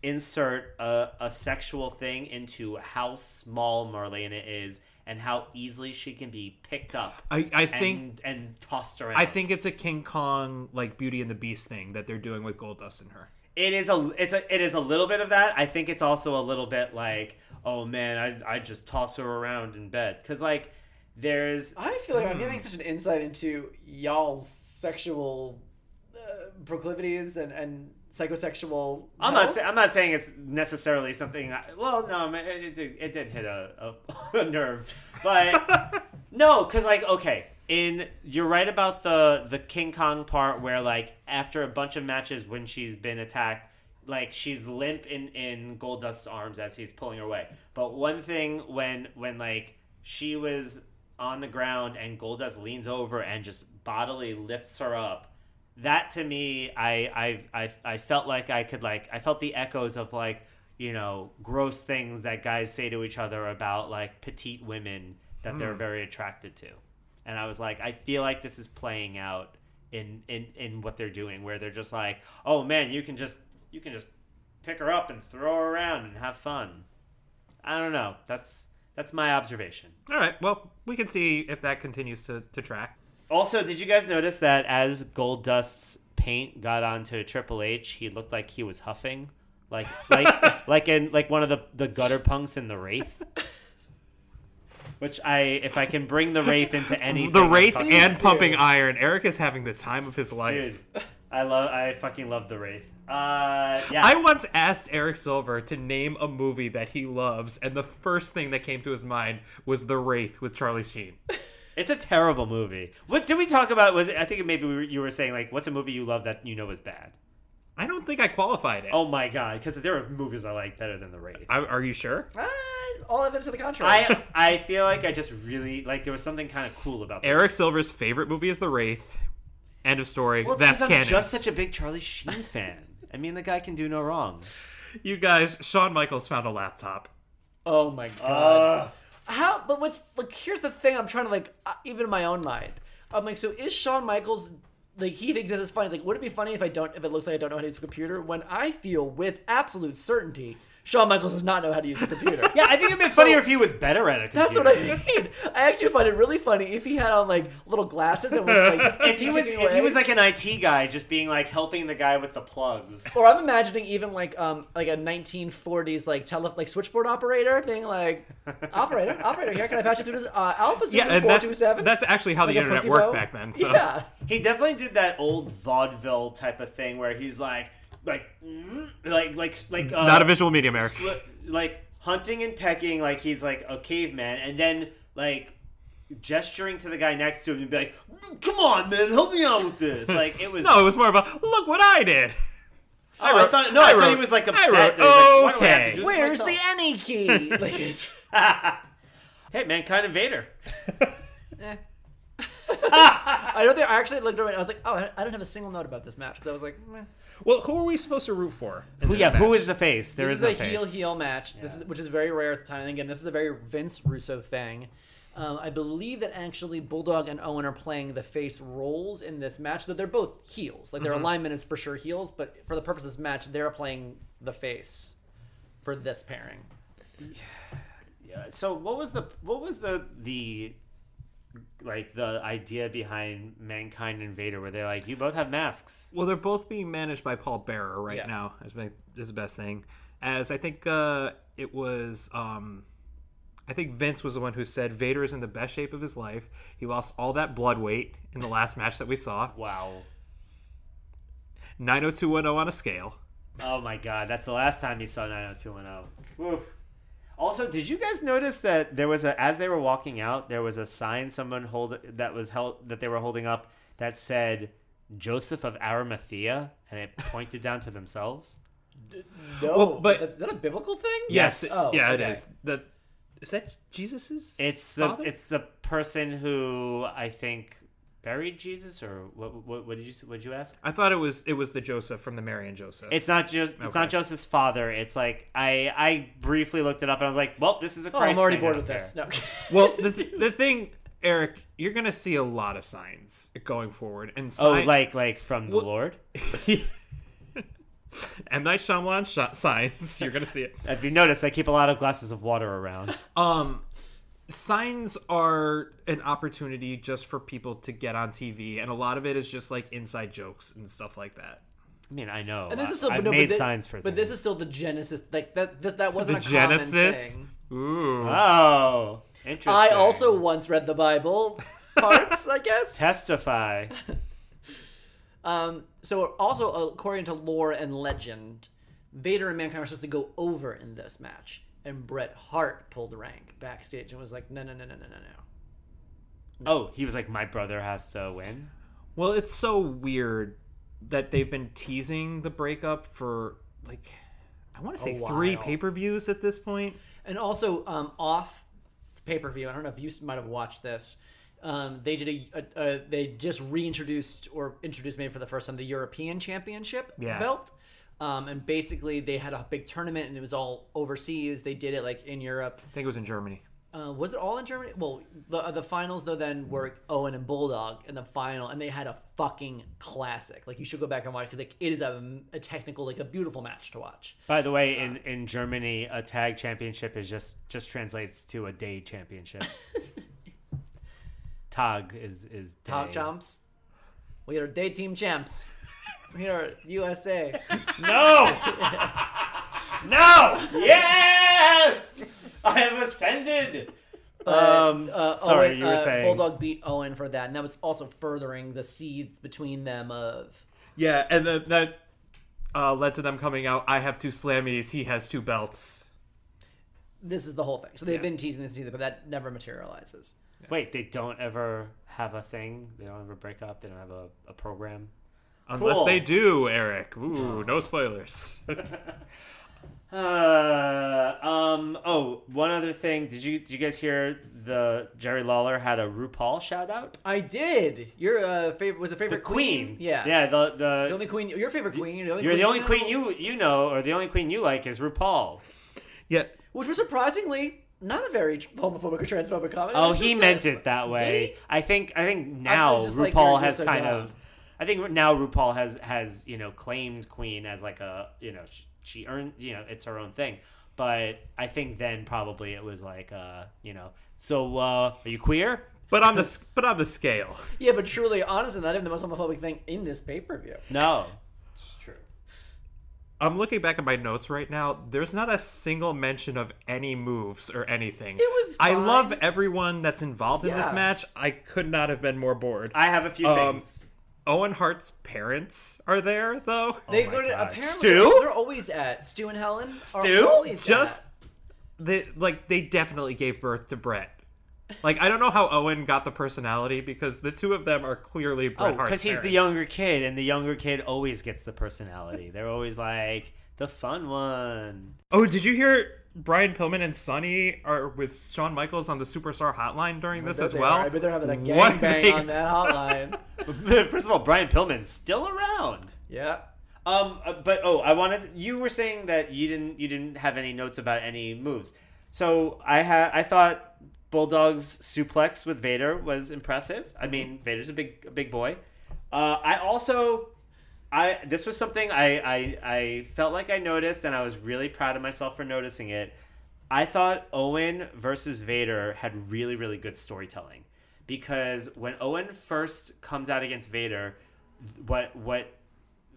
insert a, a sexual thing into how small Marlena is and how easily she can be picked up
I, I think
and, and tossed around.
I think it's a King Kong like Beauty and the Beast thing that they're doing with Goldust and her.
it is a it's a it is a little bit of that. I think it's also a little bit like, oh man, I I just toss her around in bed because like there's
I feel
hmm.
like I'm getting such an insight into y'all's sexual uh, proclivities and, and psychosexual.
I'm
health.
not say, I'm not saying it's necessarily something. I, well, no, I mean, it, it, did- it did hit a a, a nerve, but no, because like okay, in you're right about the the King Kong part where like after a bunch of matches when she's been attacked, like she's limp in in Goldust's arms as he's pulling her away. But one thing when when like she was on the ground and Goldust leans over and just bodily lifts her up that to me I, I i i felt like i could like i felt the echoes of like you know gross things that guys say to each other about like petite women that they're very attracted to and i was like i feel like this is playing out in in in what they're doing where they're just like oh man you can just you can just pick her up and throw her around and have fun i don't know that's that's my observation
All right, well, we can see if that continues to, to track.
Also, did you guys notice that as Gold Dust's paint got onto Triple H, he looked like he was huffing, like like like in like one of the the gutter punks in the Wraith. Which I, if I can bring the Wraith into anything,
the
I'm
Wraith
fucking-
and Pumping
do.
Iron. Eric is having the time of his life.
dude, I love, I fucking love the Wraith. Uh, yeah,
I once asked Eric Silver to name a movie that he loves, and the first thing that came to his mind was The Wraith with Charlie Sheen.
it's a terrible movie. What did we talk about? Was it, I think maybe we were, you were saying like, what's a movie you love that you know is bad?
I don't think I qualified it.
Oh my god, because there are movies I like better than the Wraith.
I, are you sure?
Ah, all evidence to the contrary.
I I feel like I just really like there was something kind of cool about that.
Eric Silver's favorite movie is The Wraith. End of story.
Well, it's
That's
'cause
canon.
I'm just such a big Charlie Sheen fan. I mean, the guy can do no wrong.
You guys, Shawn Michaels found a laptop.
oh my
Uh,
god. How? But what's like? Here's the thing. I'm trying to like, uh, even in my own mind. I'm like, so is Shawn Michaels like he thinks this is funny? Like, would it be funny if I don't? If it looks like I don't know how to use a computer? When I feel with absolute certainty, Shawn Michaels does not know how to use a computer.
Yeah, I think it'd been funnier if he was better at it.
That's what I mean. I actually find it really funny if he had on like little glasses and was like just
If he was,
ticking
if he
away.
was like an IT guy, just being like helping the guy with the plugs.
Or I'm imagining even like um like a 1940s like tele like switchboard operator being like operator operator here can I patch you through to uh, Alpha Zulu
Yeah, and
four
that's
two seven
that's actually how the internet worked back then. So
yeah
He definitely did that old vaudeville type of thing where he's like, like, mm, like, like, like, uh,
not a visual medium, Eric.
sli- like hunting and pecking, like he's like a caveman, and then like gesturing to the guy next to him and be like, "Come on, man, help me out with this." Like it was.
No, it was more of a look what I did.
Oh, I,
wrote-
thought no,
I
I, thought he
wrote-
was like
I
upset.
wrote,
that he was like, "Why do I have to
"Okay."
do this
where's
myself?"
the any key like it's,
Hey man, kind of Vader.
I don't think I actually looked over it I was like oh I I don't have a single note about this match because I was like meh.
Well, who are we supposed to root for?
yeah, who is the face? There
this
is
is, a heel heel match. This is which is very rare at the time. And again, this is a very Vince Russo thing. Um, I believe that actually Bulldog and Owen are playing the face roles in this match. Though they're both heels,
Mm-hmm.
like their alignment is for sure heels. But for the purpose of this match, they're playing the face for this pairing.
Yeah, So what was the what was the the like the idea behind mankind and Vader? Where they're like, you both have masks.
Well, they're both being managed by Paul Bearer right
Yeah.
now. As my, is the best thing, as I think uh, it was. Um, I think Vince was the one who said Vader is in the best shape of his life. He lost all that blood weight in the last match that we saw.
Wow.
Nine hundred two one zero on a scale.
Oh my god, that's the last time you saw 90210. Woof. Also, did you guys notice that there was a as they were walking out, there was a sign someone hold that was held that they were holding up that said Joseph of Arimathea, and it pointed down to themselves.
No,
Well, but-
is that a biblical thing?
Yes,
Oh,
yeah,
okay.
it is. The is that Jesus's?
It's the
father?
it's the person who I think buried Jesus, or what? What, what did you what did you ask?
I thought it was it was the Joseph from the Mary and Joseph.
It's not jo- it's
Okay.
not Joseph's father. It's like I I briefly looked it up and I was like, well, this is a
Oh,
Christ.
I'm already
thing
bored
out
with
there.
this. No.
well, the, th- the thing, Eric, you're gonna see a lot of signs going forward, and
Oh,
sign-
like like from the
Well-
Lord.
M Night Shyamalan sh- signs. You're gonna see it.
If you notice, I keep a lot of glasses of water around.
Um, signs are an opportunity just for people to get on TV, and a lot of it is just like inside jokes and stuff like that.
I mean, I know.
And this is
I-
still,
I've
no, but
made
thi-
signs for.
But this is still the genesis. Like that. This, that
The
wasn't a common
Genesis.
thing.
Ooh.
oh, interesting.
I also once read the Bible parts, I guess.
testify.
Um, so also according to lore and legend, Vader and Mankind were supposed to go over in this match, and Bret Hart pulled rank backstage and was like, "No, no, no, no, no, no, no."
Oh, he was like, my brother has to win.
Well, it's so weird that they've been teasing the breakup for like I want to say three
while.
pay per views at this point.
And also um, off pay per view, I don't know if you might have watched this. Um, they did a, a, a they just reintroduced or introduced maybe for the first time the European Championship
Yeah.
belt. Um, and basically, they had a big tournament, and it was all overseas. They did it like in Europe,
I think it was in Germany.
Uh, was it all in Germany? Well, the uh, the finals though then were Owen and Bulldog in the final, and they had a fucking classic. Like you should go back and watch because like it is a, a technical like a beautiful match to watch.
By the way, in, in Germany, a tag championship is just just translates to a day championship. Tag is is day.
Top champs, we are day team champs. We are USA.
No. no. Yes. I have ascended. um.
Uh,
sorry,
Owen,
you were
uh,
saying.
Bulldog beat Owen for that, and that was also furthering the seeds between them of
Yeah, and then that uh, led to them coming out. I have two slammies. He has two belts.
this is the whole thing. So they've been teasing this either, but that never materializes.
Wait, they don't ever have a thing. They don't ever break up. They don't have a, a program.
Unless
Cool.
they do, Eric. Ooh, no spoilers.
Uh, um. Oh, one other thing. Did you did you guys hear the Jerry Lawler had a RuPaul shout out?
I did. Your uh, favorite was a favorite Yeah.
Yeah. The the.
The only queen, your favorite queen. The only
you're
queen
the only
know,
queen you you know, or the only queen you like is RuPaul.
yeah.
which was surprisingly not a very homophobic or transphobic comment.
Oh,
was
he
just
meant
a-
it that
Did
way.
he?
I think I think now
just like, you're-
RuPaul
you're
has
so
kind
dumb.
of. I think now RuPaul has has you know claimed Queen as like a you know sh- she earned you know it's her own thing but i think then probably it was like uh you know so uh are you queer
But on the s- but on the scale,
Yeah, but truly, honestly, not even the most homophobic thing in this pay per view.
no it's true
I'm looking back at my notes right now. There's not a single mention of any moves or anything. It
was
I
fine.
love everyone that's involved in this
Yeah.
match. I could not have been more bored.
i have a few
Um,
things
Owen Hart's parents are there though.
Oh They
Oh my
go to
God.
apparently
Stu?
They're, they're always at Stu and Helen.
Stu?
just they like they definitely gave birth to Brett. Like I don't know how Owen got the personality because the two of them are clearly Bret
oh
Hart's
because he's the
parents.
younger kid and the younger kid always gets the personality they're always like the fun one
Oh, did you hear Brian Pillman and Sonny are with Shawn Michaels on the Superstar Hotline during this as well?
I bet they're having a
What
gangbang
they-
on that hotline.
first of all brian pillman's still around
yeah.
Um, uh, but oh, I wanted you were saying that you didn't you didn't have any notes about any moves. So I had I thought Bulldog's suplex with Vader was impressive. I mean, Vader's a big a big boy. Uh, I also I this was something I, I I felt like I noticed and I was really proud of myself for noticing it. I thought Owen versus Vader had really really good storytelling because when Owen first comes out against Vader, what what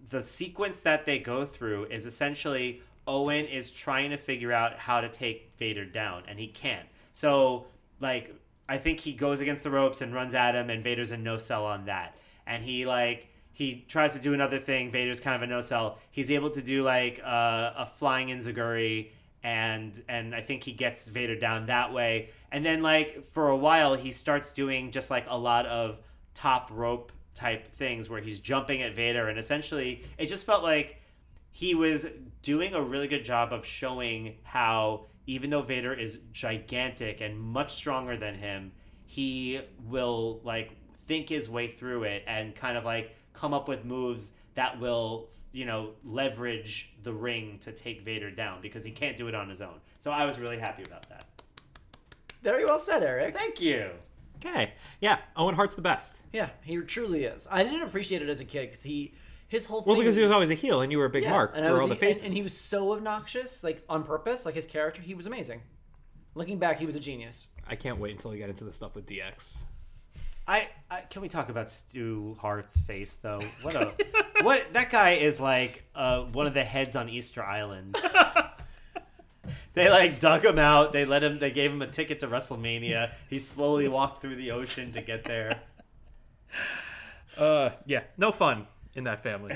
the sequence that they go through is essentially Owen is trying to figure out how to take Vader down, and he can't. So, like, I think he goes against the ropes and runs at him, and Vader's a no sell on that. And he, like, he tries to do another thing. Vader's kind of a no sell. He's able to do, like, uh, a flying Inzaguri, and and I think he gets Vader down that way. And then, like, for a while, he starts doing just, like, a lot of top rope type things where he's jumping at Vader and essentially it just felt like he was doing a really good job of showing how even though Vader is gigantic and much stronger than him, he will like think his way through it and kind of like come up with moves that will you know leverage the ring to take Vader down because he can't do it on his own. So I was really happy about that.
Very well said, Eric.
Thank you.
Okay, yeah, Owen Hart's the best.
Yeah, he truly is. I didn't appreciate it as a kid because he, his whole
Well,
thing
because he was always a heel, and you were a big
yeah,
mark for
and I was-
all the
he-
faces.
and, and he was so obnoxious, like on purpose, like his character. He was amazing. Looking back, he was a genius.
I can't wait until we get into the stuff with DX.
I, I can we talk about Stu Hart's face though? What a what that guy is like uh, one of the heads on Easter Island. they like dug him out. They let him. They gave him a ticket to WrestleMania. He slowly walked through the ocean to get there.
Uh, yeah, no fun in that family.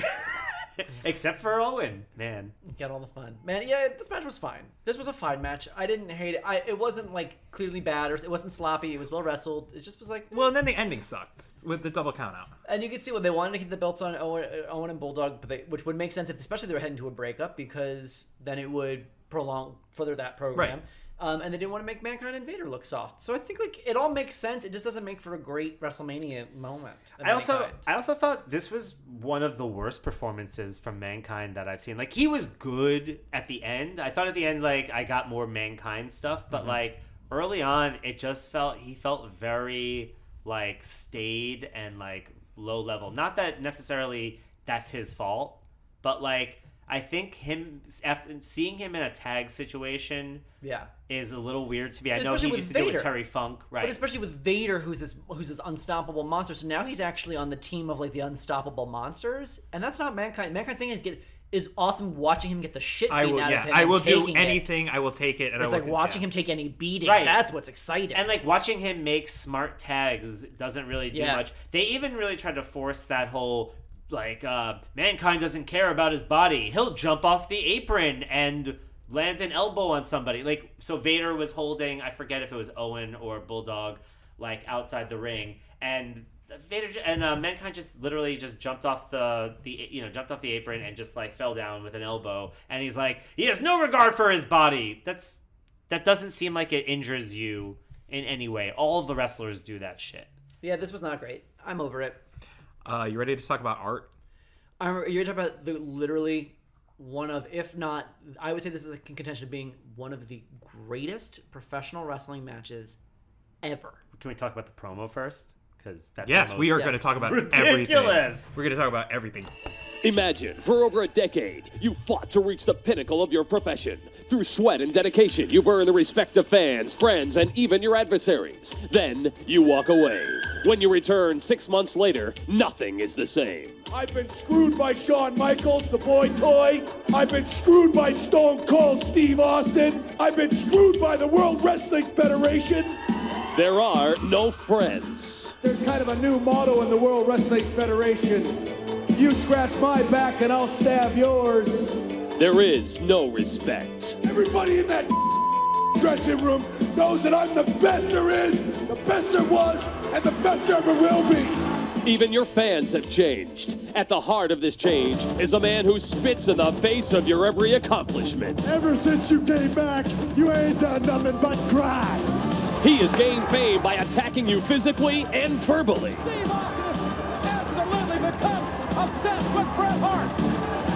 Except for Owen, man.
Got all the fun, man. Yeah, this match was fine. This was a fine match. I didn't hate it. I it wasn't like clearly bad or it wasn't sloppy. It was well wrestled. It just was like
well, and then the ending sucked with the double count out.
And you can see what they wanted to keep the belts on Owen, uh, Owen and Bulldog, but they, which would make sense if, especially if they were heading to a breakup, because then it would prolong further that program.
Right.
Um, and they didn't want to make Mankind and Vader look soft. So I think like it all makes sense. It just doesn't make for a great WrestleMania moment. of
I
any
also
kind.
I also thought this was one of the worst performances from Mankind that I've seen. Like he was good at the end. I thought at the end like I got more Mankind stuff,
Mm-hmm.
but like early on it just felt he felt very like staid and like low level. Not that necessarily that's his fault, but like I think him after seeing him in a tag situation
yeah.
is a little weird to me. I know
Especially
he
with
used to do it with
Vader.
Terry Funk, right?
But especially with Vader, who's this who's this unstoppable monster. So now he's actually on the team of like the unstoppable monsters, and that's not Mankind. Mankind's thing is get is awesome watching him get the shit beat
I will,
out of
yeah,
him.
I
and
will do
taking it.
anything. I will take it, and
It's
I
like
will,
watching him take any beating.
Right.
That's what's exciting.
And like watching him make smart tags doesn't really do
Yeah.
much. They even really tried to force that whole like uh mankind doesn't care about his body. He'll jump off the apron and land an elbow on somebody. Like so Vader was holding, I forget if it was Owen or Bulldog like outside the ring and Vader ju- and uh, mankind just literally just jumped off the the you know jumped off the apron and just like fell down with an elbow and he's like he has no regard for his body. That's that doesn't seem like it injures you in any way. All the wrestlers do that shit.
Yeah, this was not great. I'm over it.
Uh, you ready to talk about art?
I remember you're talking about the literally one of, if not, I would say this is a con- contention of being one of the greatest professional wrestling matches ever.
Can we talk about the promo first? Because that
Yes,
promo
we
is
are going to
Yes.
talk about
ridiculous.
everything. We're going to talk about everything.
Imagine, for over a decade, you fought to reach the pinnacle of your profession. Through sweat and dedication, you've earned the respect of fans, friends, and even your adversaries. Then you walk away. When you return six months later, nothing is the same.
I've been screwed by Shawn Michaels, the boy toy. I've been screwed by Stone Cold Steve Austin. I've been screwed by the World Wrestling Federation.
There are no friends.
There's kind of a new motto in the World Wrestling Federation. You scratch my back and I'll stab yours.
There is no respect.
Everybody in that dressing room knows that I'm the best there is, the best there was, and the best there ever will be.
Even your fans have changed. At the heart of this change is a man who spits in the face of your every accomplishment.
Ever since you came back, you ain't done nothing but cry.
He has gained fame by attacking you physically and verbally.
Steve Austin has absolutely become obsessed with Bret Hart.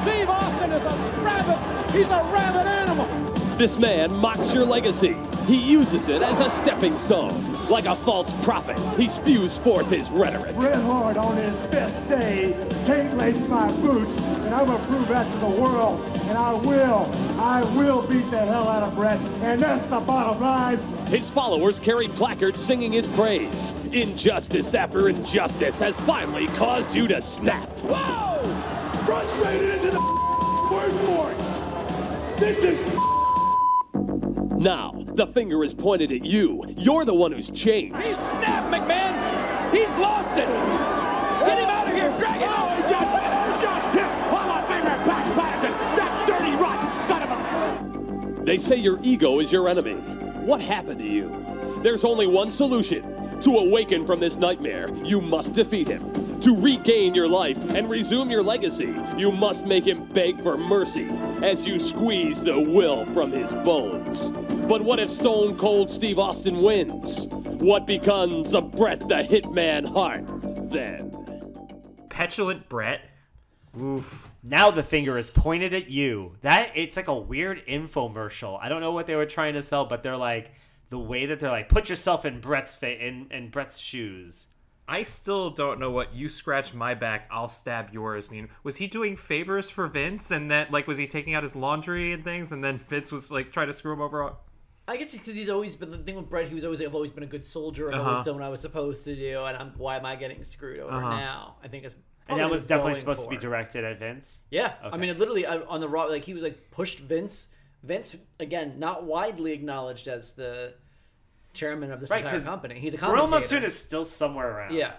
Steve Austin is a rabbit. He's a rabbit animal.
This man mocks your legacy. He uses it as a stepping stone. Like a false prophet, he spews forth his rhetoric.
Red Hard on his fifth day Kate laced my boots, and I'm gonna prove that to the world, and I will, I will beat the hell out of Brett, and that's the bottom line.
His followers carry placards singing his praise. Injustice after injustice has finally caused you to snap.
Whoa!
Frustrated isn't a word for it. This is
Now, the finger is pointed at you. You're the one who's changed.
He's snapped, McMahon. He's lost it. Get him out of here. Drag him out. He just, he just tipped Hall of Famer Pat Patterson. That dirty, rotten son of a...
They say your ego is your enemy. What happened to you? There's only one solution. To awaken from this nightmare, you must defeat him. To regain your life and resume your legacy, you must make him beg for mercy as you squeeze the will from his bones. But what if Stone Cold Steve Austin wins? What becomes of Bret the Hitman Hart then?
Petulant Brett. Oof.
Now the finger is pointed at you. That it's like a weird infomercial. I don't know what they were trying to sell, but they're like the way that they're like put yourself in Brett's fa- in in Brett's shoes.
I still don't know what you scratch my back, I'll stab yours. mean, was he doing favors for Vince, and then like was he taking out his laundry and things, and then Vince was like trying to screw him over?
I guess because he's always been the thing with Brett. He was always I've always been a good soldier. I've
Uh-huh.
always done what I was supposed to do, and I'm why am I getting screwed over
Uh-huh.
now? I think it's
And that was definitely supposed to be
direct.
directed at Vince.
Yeah, I mean, it literally uh, on the raw, like he was like pushed Vince. Vince again, not widely acknowledged as the chairman of this
Right,
entire
'cause
company. He's a
Royal
commentator.
Monsoon is still somewhere around.
yeah,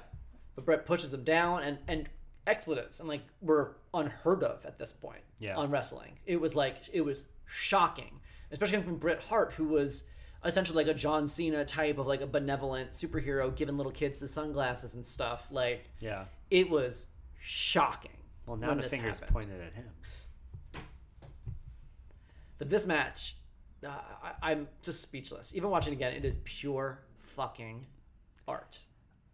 but Brett pushes him down and and expletives and like were unheard of at this point.
Yeah.
on wrestling, it was like it was shocking, especially coming from Bret Hart, who was essentially like a John Cena type of like a benevolent superhero, giving little kids the sunglasses and stuff. Like
Yeah.
it was shocking.
Well, now
when
the
this
finger is
happened.
pointed at him.
But this match, uh, I, I'm just speechless. Even watching it again, it is pure fucking art.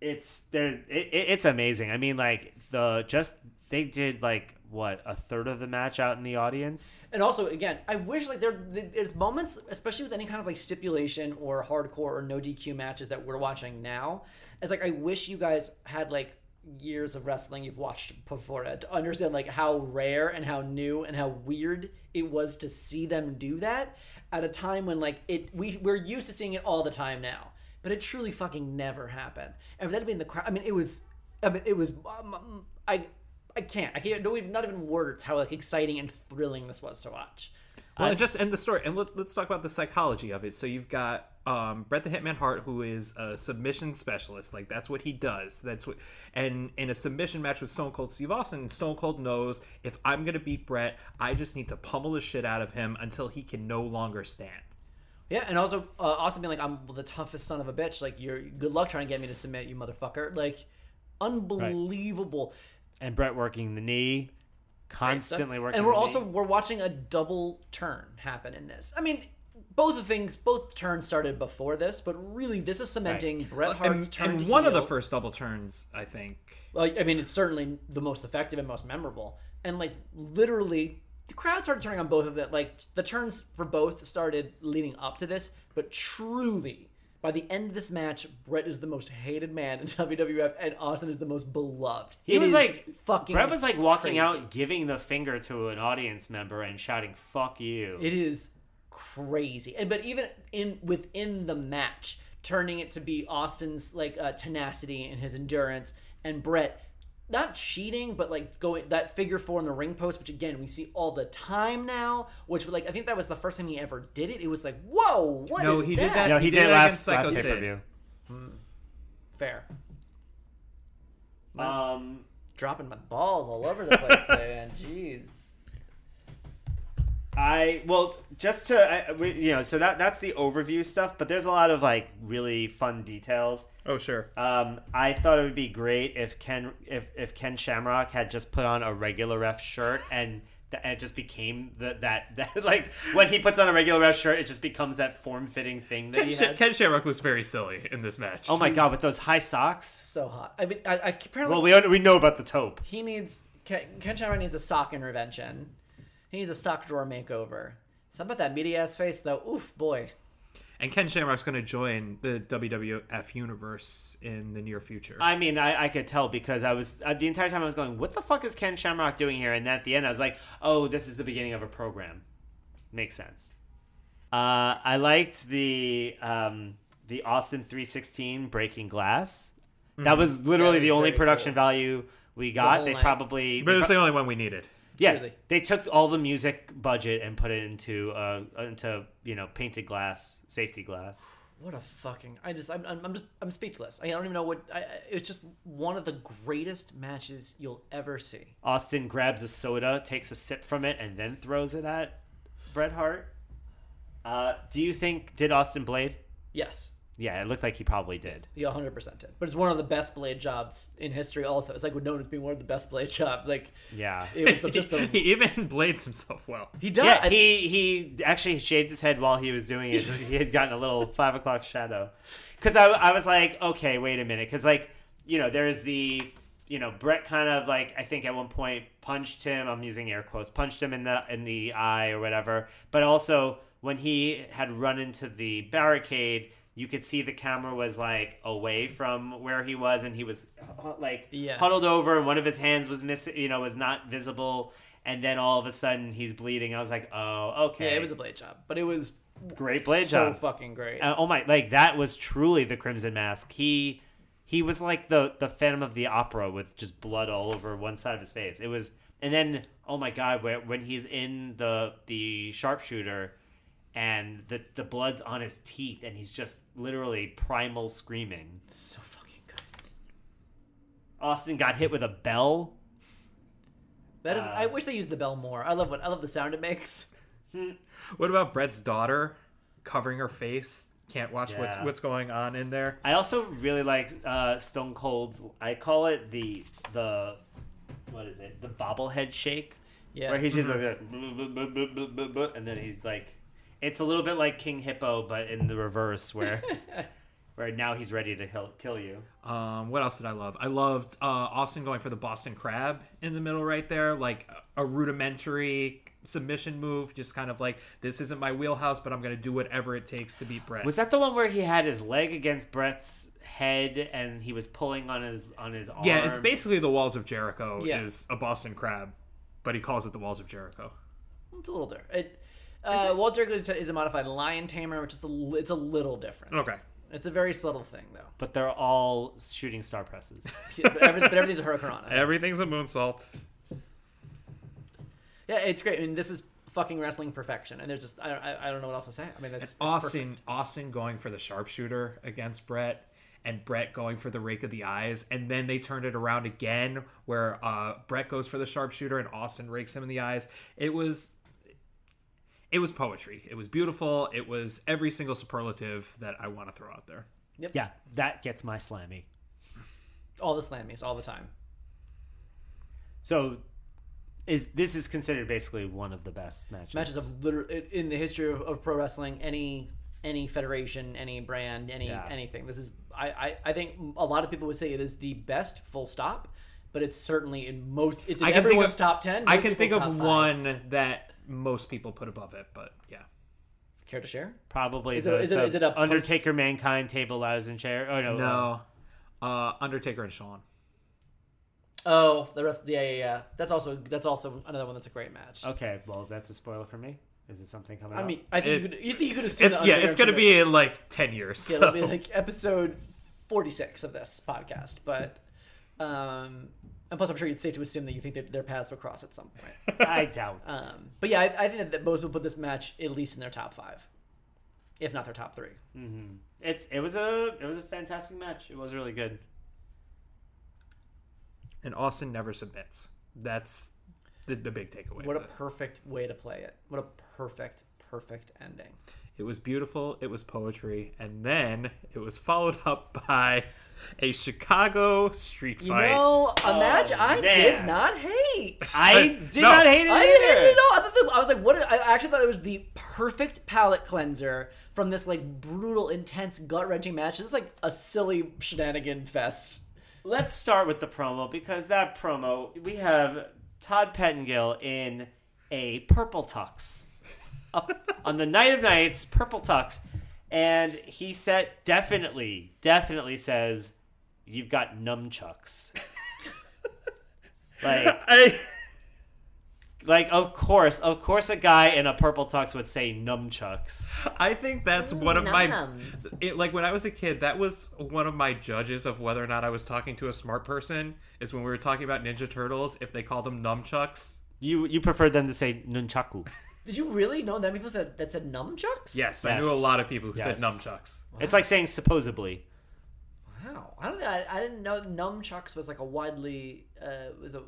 it's there it, it- it's amazing i mean like the just they did like what a third of the match out in the audience
And also, again, I wish like there there's moments, especially with any kind of like stipulation or hardcore or no DQ matches that we're watching now. It's like I wish you guys had like years of wrestling you've watched before it to understand like how rare and how new and how weird it was to see them do that at a time when like it we we're used to seeing it all the time now. But it truly fucking never happened. And for that to be in the crowd, I mean, it was, I mean, it was, um, I, I can't, I can't, no, even- not even words how like exciting and thrilling this was to watch.
Well, and just end the story, and let, let's talk about the psychology of it. So you've got um, Bret the Hitman Hart, who is a submission specialist. Like that's what he does. That's what. And in a submission match with Stone Cold Steve Austin, Stone Cold knows if I'm gonna beat Bret, I just need to pummel the shit out of him until he can no longer stand.
Yeah, and also, uh, Austin being like, I'm the toughest son of a bitch. Like, you're good luck trying to get me to submit, you motherfucker. Like, unbelievable.
and brett working the knee constantly working
and we're
the knee.
also we're watching a double turn happen in this. I mean, both the things, both turns started before this, but really, this is cementing Bret Hart's
Uh, and,
turn.
and
to
one of the
heel.
first double turns, I think.
Well, I mean, it's certainly the most effective and most memorable. And like literally, the crowd started turning on both of them. Like the turns for both started leading up to this, but truly, By the end of this match, Brett is the most hated man in WWF, and Austin is the most beloved.
He
It
was
is
like
fucking.
Brett was like walking
crazy.
out, giving the finger to an audience member and shouting "fuck you."
It is crazy, and but even in within the match, turning it to be Austin's like uh, tenacity and his endurance, and Brett not cheating, but like going that figure four in the ring post, which again we see all the time now. Which like I think that was the first time he ever did it. It was like, whoa, what
No,
is
he
that?
did that.
no, he,
He
did,
did
it
it
last
against Psycho
last pay
Sid.
per view.
Fair.
Um,
Dropping my balls all over the place, there, man. Jeez.
I well, just to I, we, you know, so that that's the overview stuff. But there's a lot of like really fun details.
Oh sure.
Um, I thought it would be great if Ken if, if Ken Shamrock had just put on a regular ref shirt and, th- and it just became the, that that like when he puts on a regular ref shirt, it just becomes that form fitting thing that
Ken,
he
Sha-
had.
Ken Shamrock looks very silly in this match.
oh my god, with those high socks.
So hot. I mean, I, I apparently
Well, we we know about the taupe.
He needs Ken, Ken Shamrock needs a sock intervention. He needs a sock drawer makeover. Something about that meaty ass face though. Oof, boy.
And Ken Shamrock's going to join the WWF universe in the near future.
I mean, I, I could tell because I was uh, the entire time I was going, "What the fuck is Ken Shamrock doing here?" And at the end, I was like, "Oh, this is the beginning of a program." Makes sense. Uh, I liked the um, the Austin three sixteen breaking glass. That was literally
Mm-hmm. That
the
was
only
very
production
cool.
value we got.
whole
they
night.
probably
but
they
it's
pro-
the only one we needed.
yeah
Truly.
they took all the music budget and put it into uh, into you know painted glass safety glass.
What a fucking! I just I'm I'm, I'm just I'm speechless. I don't even know what. I, I- it's just one of the greatest matches you'll ever see.
Austin grabs a soda, takes a sip from it, and then throws it at Bret Hart. Uh, do you think did Austin blade?
Yes,
Yeah, it looked like he probably did.
you 100 percent did. But it's one of the best blade jobs in history. Also, it's like known as being one of the best blade jobs. Like
Yeah.
it was the, just the
he even blades himself well.
he does.
Yeah, he he actually shaved his head while he was doing it. he had gotten a little five o'clock shadow, because I, I was like, okay, wait a minute, because like you know there's the you know Brett kind of like I think at one point punched him. I'm using air quotes, punched him in the in the eye or whatever. But also when he had run into the barricade, you could see the camera was like away from where he was, and he was uh, like
Yeah.
huddled over, and one of his hands was missing, you know, was not visible. And then all of a sudden he's bleeding. I was like, oh, okay,
yeah, it was a blade job, but it was
great blade
so
job.
fucking great.
Uh, oh my, like that was truly the Crimson Mask. He he was like the the Phantom of the Opera with just blood all over one side of his face. It was, and then oh my god, where, when he's in the the sharpshooter, and the the blood's on his teeth, and he's just literally primal screaming.
so fucking good.
Austin got hit with a bell.
That is.
uh,
I wish they used the bell more. I love what I love the sound it makes.
What about Brett's daughter covering her face? Can't watch what's
Yeah.
what's going on in there.
I also really like uh, Stone Cold's. I call it the the what is it? The bobblehead shake.
Yeah.
Where he's just like that, "Buh, buh, buh, buh, buh, buh, buh," and then he's like, it's a little bit like King Hippo, but in the reverse, where where now he's ready to kill, kill you.
Um, what else did I love? I loved uh, Austin going for the Boston Crab in the middle right there, like a rudimentary submission move, just kind of like this isn't my wheelhouse, but I'm gonna do whatever it takes to beat Brett.
Was that the one where he had his leg against Brett's head and he was pulling on his on his arm?
yeah, it's basically the Walls of Jericho
Yeah.
is a Boston Crab, but he calls it the Walls of Jericho.
It's a little different. It, uh, Walt Jericho is, is a modified lion tamer, which is a li- it's a little different.
Okay.
It's a very subtle thing though.
But they're all shooting star presses.
but, every, but everything's a hurricanrana.
Everything's a moonsault.
yeah, it's great. I mean, this is fucking wrestling perfection, and there's just I don't, I, I don't know what else to say. I mean, that's
Austin Austin going for the sharpshooter against Brett and Brett going for the rake of the eyes and then they turned it around again where uh Brett goes for the sharpshooter and Austin rakes him in the eyes. It was it was poetry. It was beautiful. It was every single superlative that I want to throw out there.
yeah, that gets my slammy.
all the slammies all the time.
So is this is considered basically one of the best matches.
Matches of literally in the history of, of pro wrestling, any any federation, any brand, any
Yeah.
anything. This is I, I I think a lot of people would say it is the best. Full stop. But it's certainly in most. It's in
I can think
everyone's
of-
top ten.
I
most
can think
people's
of
top fives.
one that most people put above it, but yeah.
Care to share?
Probably
Is it-
the,
is it-
the
is it a post-
Undertaker, Mankind, Table, Louse, and Chair. Oh no, uh,
No. Uh, Undertaker and Shawn.
Oh, the rest. Yeah, yeah, yeah. That's also that's also another one that's a great match.
um, Okay, well that's a spoiler for me. Is it something coming
I
up?
mean, I think you
It's-
could, you think you could assume
It's
that
yeah,
Undertaker
it's gonna
should've-
be in like ten years.
Yeah, it'll be
so.
like episode forty-six of this podcast. But, um, and plus, I'm sure it's safe to assume that you think that their paths will cross at some point.
I doubt.
Um, but yeah, I, I think that most will put this match at least in their top five, if not their top three.
It's it was a it was a fantastic match. It was really good.
and Austin never submits. That's the, the big takeaway.
What a
of this.
perfect way to play it. What a perfect, perfect ending.
It was beautiful. It was poetry, and then it was followed up by a Chicago street
You
fight.
know, a match I did
man.
not hate.
I
But-
did
no.
not hate it
I didn't hate
either.
it at all. I, thought that, I was like, what? I actually thought it was the perfect palate cleanser from this like brutal, intense, gut wrenching match. It's like a silly shenanigan fest.
Let's start with the promo because that promo we have Todd Pettingill in a purple tux Up on the night of nights, purple tux, and he said definitely, definitely says you've got nunchucks. like
I,
like of course, of course, a guy in a purple tux would say nunchucks.
I think that's one of my
num.
it, like when I was a kid. That was one of my judges of whether or not I was talking to a smart person. Is when we were talking about Ninja Turtles, if they called them nunchucks.
You you prefer them to say nunchaku.
Did you really know that many people said that said nunchucks?
Yes, I
Yes.
knew a lot of people who said
Yes.
nunchucks.
It's like saying supposedly.
Wow. I don't. I, I didn't know nunchucks was like a widely uh, was a uh,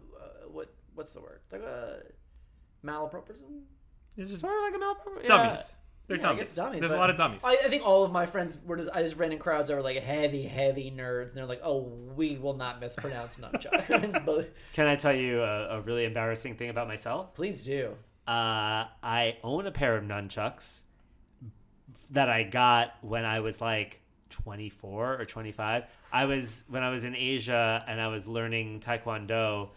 what what's the word like a malapropism.
It's just
Sort of like a malpractice.
dummies. They're
Yeah, I
dummies.
guess dummies,
There's a
but-
lot of dummies.
I, I think all of my friends were just, I just ran in crowds that were like heavy, heavy nerds, and they're like, "Oh, we will not mispronounce nunchuck." But
Can I tell you a, a really embarrassing thing about myself?
Please do.
Uh, I own a pair of nunchucks that I got when I was like 24 or 25. I was when I was in Asia and I was learning Taekwondo.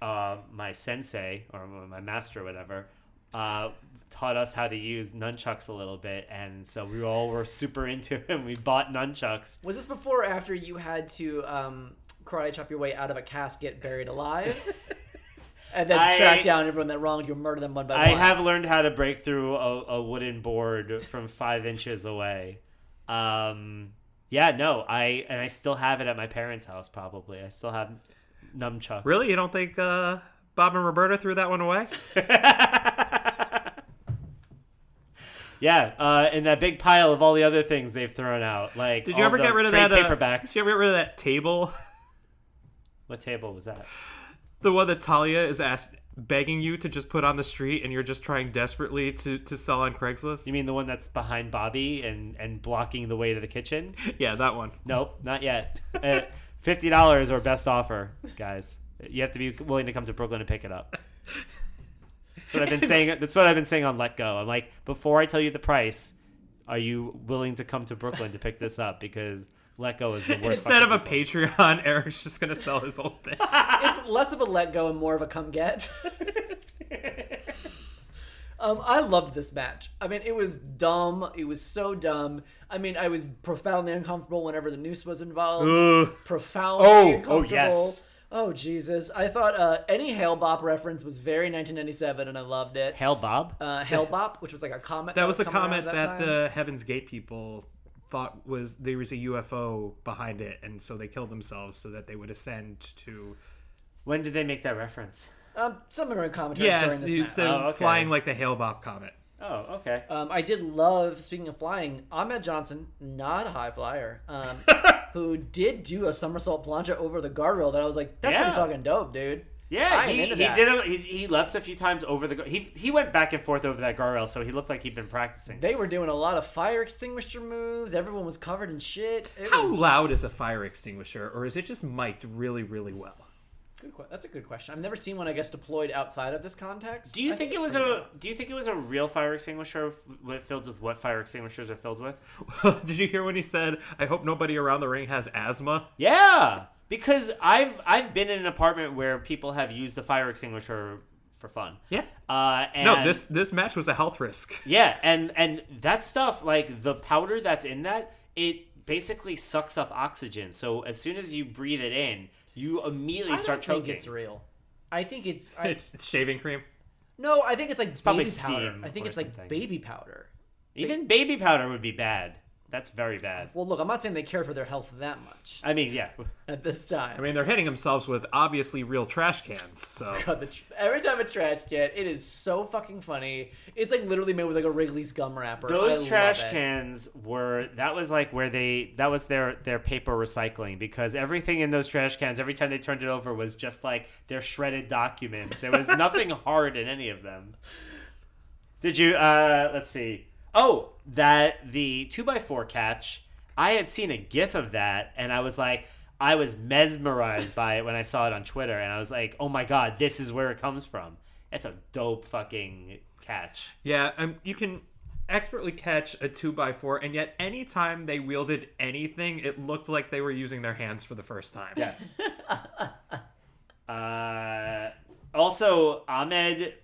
Uh, my sensei or my master, or whatever, uh, taught us how to use nunchucks a little bit, and so we all were super into it. and We bought nunchucks.
Was this before or after you had to um, karate chop your way out of a casket buried alive? and then
I-
track down everyone that wronged you, and murder them one by
I
one?
have learned how to break through a, a wooden board from five inches away. Um, yeah, no, I and I still have it at my parents' house. Probably, I still have nunchucks.
Really, you don't think uh, Bob and Roberta threw that one away?
yeah, uh, and that big pile of all the other things they've thrown out. Like,
Did you
all
ever
the
get rid of
trade
that? uh,
paperbacks?
did you ever get rid of that table?
What table was that?
The one that Talia is asked, begging you to just put on the street, and you're just trying desperately to to sell on Craigslist.
You mean the one that's behind Bobby and and blocking the way to the kitchen?
yeah, that one.
Nope, not yet. Uh, Fifty dollars or best offer, guys. You have to be willing to come to Brooklyn to pick it up. That's what I've been saying. That's what I've been saying on Let Go. I'm like, before I tell you the price, are you willing to come to Brooklyn to pick this up? Because Let Go is the worst.
Instead of
fucking
a
people.
Patreon, Eric's just gonna sell his whole thing.
it's less of a let go and more of a come get. um, I loved this match. I mean, it was dumb. It was so dumb. I mean, I was profoundly uncomfortable whenever the noose was involved.
Ugh.
Profoundly
Oh, oh,
uncomfortable.
yes.
Oh, Jesus. I thought uh, any Hail Bop reference was very 1997, and I loved it.
hell, Bob.
Uh, Hail Bop, which was like a comment.
That was the
coming around
comment
at
that,
time.
the Heaven's Gate people thought was there was a UFO behind it, and so they killed themselves so that they would ascend to.
when did they make that reference?
Um, some American commentary during
Yes,
this
you
match.
said
Oh, okay.
flying like the Hale Bob comet.
Oh, okay.
Um, I did love, speaking of flying, Ahmed Johnson, not a high flyer, um, who did do a somersault plancha over the guardrail that I was like, that's
Yeah.
pretty fucking dope, dude. I
Yeah,
am
he,
into
he
that.
did. A, he, he leapt a few times over the. gu- He he went back and forth over that guardrail, so he looked like he'd been practicing.
They were doing a lot of fire extinguisher moves. Everyone was covered in shit. It
How
was
loud is a fire extinguisher, or is it just mic'd really, really well?
good que- that's a good question. I've never seen one, I guess, deployed outside of this context.
Do you
I
think, it
it's
was a?
pretty good.
Do you think it was a real fire extinguisher f- what- filled with what fire extinguishers are filled with?
Did you hear when he said, "I hope nobody around the ring has asthma"?
Yeah, because I've I've been in an apartment where people have used the fire extinguisher for fun.
Yeah.
Uh, and
No, this this match was a health risk.
Yeah, and and that stuff like the powder that's in that, it basically sucks up oxygen. So as soon as you breathe it in, you immediately
I
start
don't
choking.
think it's real. I think it's I,
It's, it's shaving cream.
no. I think it's like
probably
baby powder.
steam
I think
or
it's like
something.
baby powder.
Even baby powder would be bad. That's very bad.
Well, look, I'm not saying they care for their health that much
I mean, yeah.
at this time.
I mean, they're hitting themselves with obviously real trash cans. So
God, the tr- every time a trash can, it is so fucking funny. It's like literally made with like a Wrigley's gum wrapper. I
Those
love
trash
it.
cans were that was like where they that was their their paper recycling because everything in those trash cans every time they turned it over was just like their shredded documents. There was nothing hard in any of them. Did you uh let's see. Oh, that the 2x4 catch. I had seen a gif of that and I was like I was mesmerized by it when I saw it on Twitter and I was like, "Oh my god, this is where it comes from." That's a dope fucking catch.
yeah, um, you can expertly catch a two by four, and yet anytime they wielded anything, it looked like they were using their hands for the first time.
Yes. uh, also, Ahmed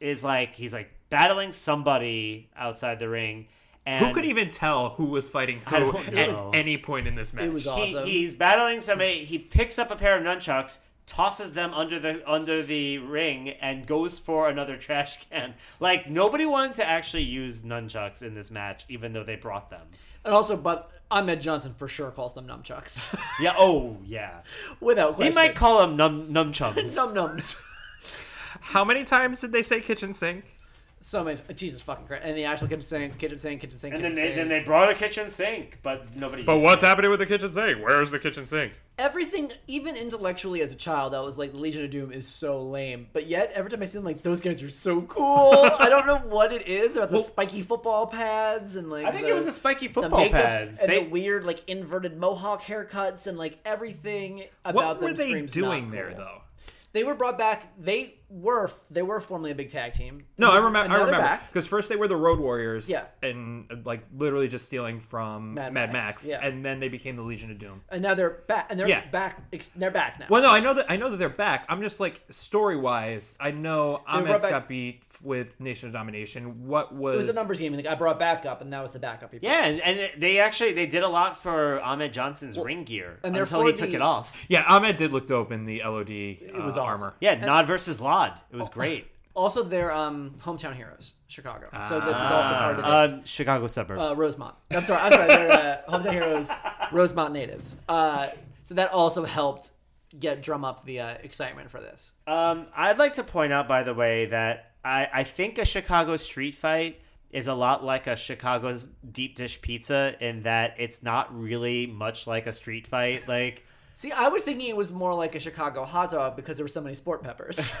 is like he's like battling somebody outside the ring, and
Who could even tell who was fighting who
don't know.
at any point in this match?
It was
he,
awesome.
he's battling somebody. He picks up a pair of nunchucks, tosses them under the under the ring, and goes for another trash can. Like nobody wanted to actually use nunchucks in this match, even though they brought them.
and also, but Ahmed Johnson for sure calls them nunchucks,
Yeah. Oh, yeah.
without
He
question.
might call them num nunchucks.
num nums.
How many times did they say kitchen sink?
So many, Jesus fucking Christ! And the actual kitchen sink, kitchen sink, kitchen sink,
and
kitchen
then they then
sink.
they brought a kitchen sink, but nobody.
But
used
what's
it.
happening with the kitchen sink? Where's the kitchen sink?
everything, even intellectually as a child, I was like, Legion of Doom is so lame. But yet, every time I see them, like, those guys are so cool. I don't know what it is about the spiky football pads and like.
I think
the,
it was the spiky
the
football
makeup
pads.
and
They,
the weird like inverted mohawk haircuts and like everything about
What
them
were they
screams
doing
not
there
cool.
though?
They were brought back. They were they were formerly a big tag team.
No, I
This is-
remember.
and
I
now they're
remember
back.
because first they were the Road Warriors,
Yeah.
and uh, like literally just stealing from
Mad
Mad, Max,
Max, yeah.
and then they became the Legion of Doom.
And now they're back. And they're
Yeah.
back. ex- They're back now.
Well, no, I know that I know that they're back. I'm just like story wise, I know
were
Ahmed
back-
got beat with Nation of Domination. What was,
It was a numbers game. And like I brought back up, and that was the backup. he brought.
yeah, and, and they actually they did a lot for Ahmed Johnson's ring gear
and they're
until he
for
took
the-
it off.
Yeah, Ahmed did look dope in the LOD. It
was awesome.
uh, armor.
Yeah, Nod versus Lod. It
Oh.
was great.
Also, their um, hometown heroes, Chicago. So this was also part of it.
Ah.
Uh, Chicago suburbs.
uh, Rosemont. I'm sorry. I'm sorry. They're, uh, hometown heroes, Rosemont natives. Uh, so that also helped get drum up the uh, excitement for this.
Um, I'd like to point out, by the way, that I, I think a Chicago street fight is a lot like a Chicago's deep dish pizza in that it's not really much like a street fight. Like,
See, I was thinking it was more like a Chicago hot dog because there were so many sport peppers.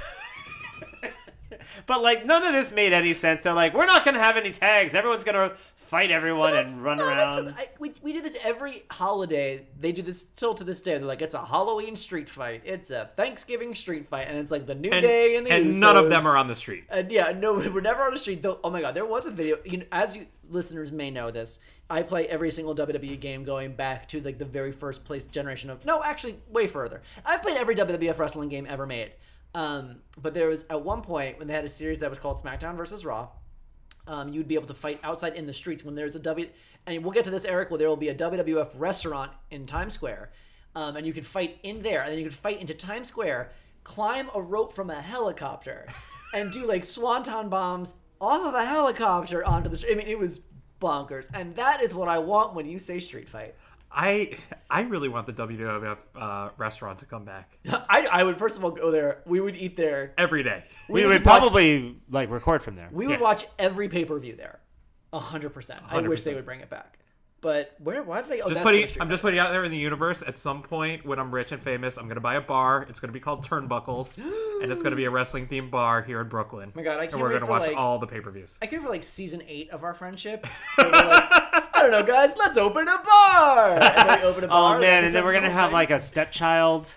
but like none of this made any sense. They're like, we're not gonna have any tags. Everyone's gonna fight everyone
That's-
and run
no, that's-
around.
I- we, we do this every holiday. They do this till to this day. They're like, it's a Halloween street fight. It's a Thanksgiving street fight, and it's like the new
And,
day and the
and none of them
Usos.
are on the street.
And yeah, no, we're never on the street. Though, oh my god, there was a video. You know, as you listeners may know this, I play every single WWE game going back to like the very first place generation of. No, actually, way further. I've played every WWF wrestling game ever made. Um, but there was at one point when they had a series that was called SmackDown versus Raw. Um, you'd be able to fight outside in the streets when there's a W. And we'll get to this, Eric, where there will be a WWF restaurant in Times Square, um, and you could fight in there, and then you could fight into Times Square, climb a rope from a helicopter, and do like swanton bombs off of a helicopter onto the. Street. I mean, it was bonkers, and that is what I want when you say street fight.
I I really want the WWF uh, restaurant to come back
I, I would first of all go there. We would eat there.
every day.
we would
would watch-
probably like record from there.
We would
Yeah.
watch every pay per view there, hundred percent. I wish they
100%.
would bring it back. But where? Why did I? Oh,
Just
that's
putting,
the street
I'm
fight.
just putting out there in the universe. At some point, when I'm rich and famous, I'm gonna buy a bar. It's gonna be called Turnbuckles, and it's gonna be a wrestling themed bar here in Brooklyn.
Oh my God, I can't
and we're
wait
gonna
for,
watch
like-
all the pay per views.
I came for like season eight of our friendship. where we're like, I don't know, guys. Let's open a bar. And then we open a bar.
Oh
that
man, and then
becomes
we're gonna
the
have
thing.
like a stepchild.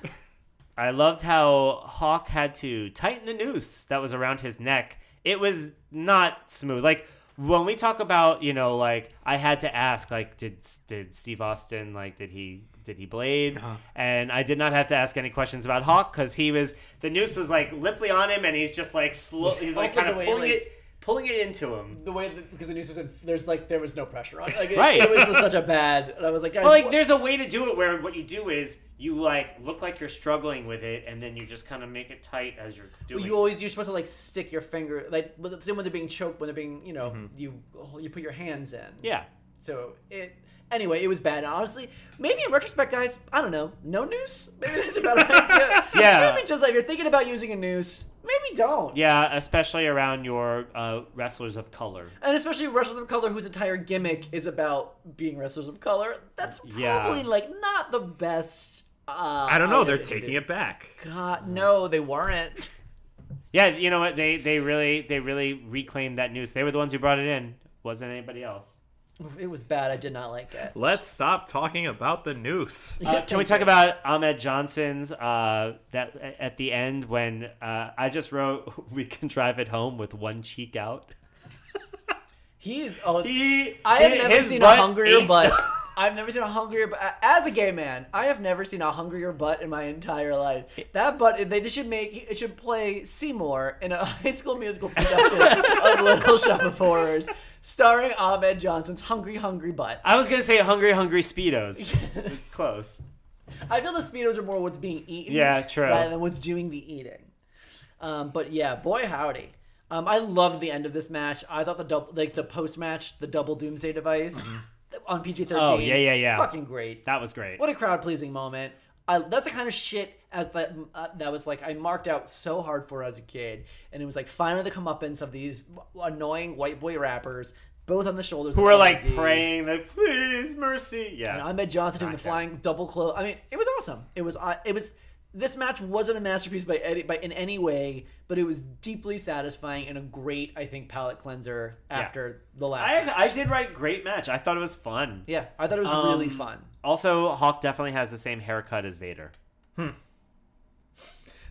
I loved how Hawk had to tighten the noose that was around his neck. It was not smooth. Like when we talk about, you know, like I had to ask, like, did did Steve Austin, like, did he Did he blade?
Uh-huh.
And I did not have to ask any questions about Hawk because he was the noose was like limply on him, and he's just like slow. He's like
Also
kind of
the way,
pulling
like-
it, pulling it into him.
The way that, because the news was in, there's like there was no pressure on. it. Like, it-
Right.
It, was just such a bad. And I was like, guys,
But like,
what-
there's a way to do it where what you do is you like look like you're struggling with it, and then you just kind of make it tight as you're doing.
you always you're supposed to like stick your finger like with- same when they're being choked when they're being you know you you put your hands in.
Mm-hmm. yeah.
So it anyway, it was bad. And honestly, maybe in retrospect, guys, I don't know. No noose? Maybe that's a better idea.
Yeah.
Maybe just like if you're thinking about using a noose, maybe don't.
Yeah, especially around your uh, wrestlers of color.
And especially wrestlers of color whose entire gimmick is about being wrestlers of color, that's probably
Yeah.
like not the best uh
I don't know. They're
idea to
taking
do.
it back.
God no, they weren't.
Yeah, you know what? They they really they really reclaimed that news. They were the ones who brought it in. Wasn't anybody else?
It was bad. I did not like it.
Let's stop talking about the noose.
Uh, can we talk about Ahmed Johnson's uh, that at the end when uh, I just wrote we can drive it home with one cheek out.
He's oh
He,
I have never
his
seen a
butt
hungrier
ate-
butt. I've never seen a hungrier butt. As a gay man, I have never seen a hungrier butt in my entire life. That butt, they they should make it should play Seymour in a high school musical production of Little Shop of Horrors, starring Ahmed Johnson's hungry, hungry butt.
I was gonna say hungry, hungry speedos. Close.
I feel the speedos are more what's being eaten,
Yeah, true.
rather than what's doing the eating. Um, but yeah, boy howdy. Um, I loved the end of this match. I thought the double, like the post match, the double doomsday device on PG thirteen.
Oh, yeah, yeah, yeah.
Fucking great.
That was great.
What a crowd pleasing moment. I, that's the kind of shit as that uh, that was like I marked out so hard for as a kid, and it was like finally the comeuppance of these annoying white boy rappers, both on the shoulders.
Who
of
were like
LMD.
praying that please mercy. Yeah.
And Ahmed Johnson doing the
Gotcha.
flying double close. I mean, it was awesome. It was uh, it was this match wasn't a masterpiece by any, by in any way, but it was deeply satisfying and a great I think palate cleanser after the last.
I,
match.
I did write great match. I thought it was fun.
Yeah, I thought it was really
Um,
fun.
Also, Hawk definitely has the same haircut as Vader.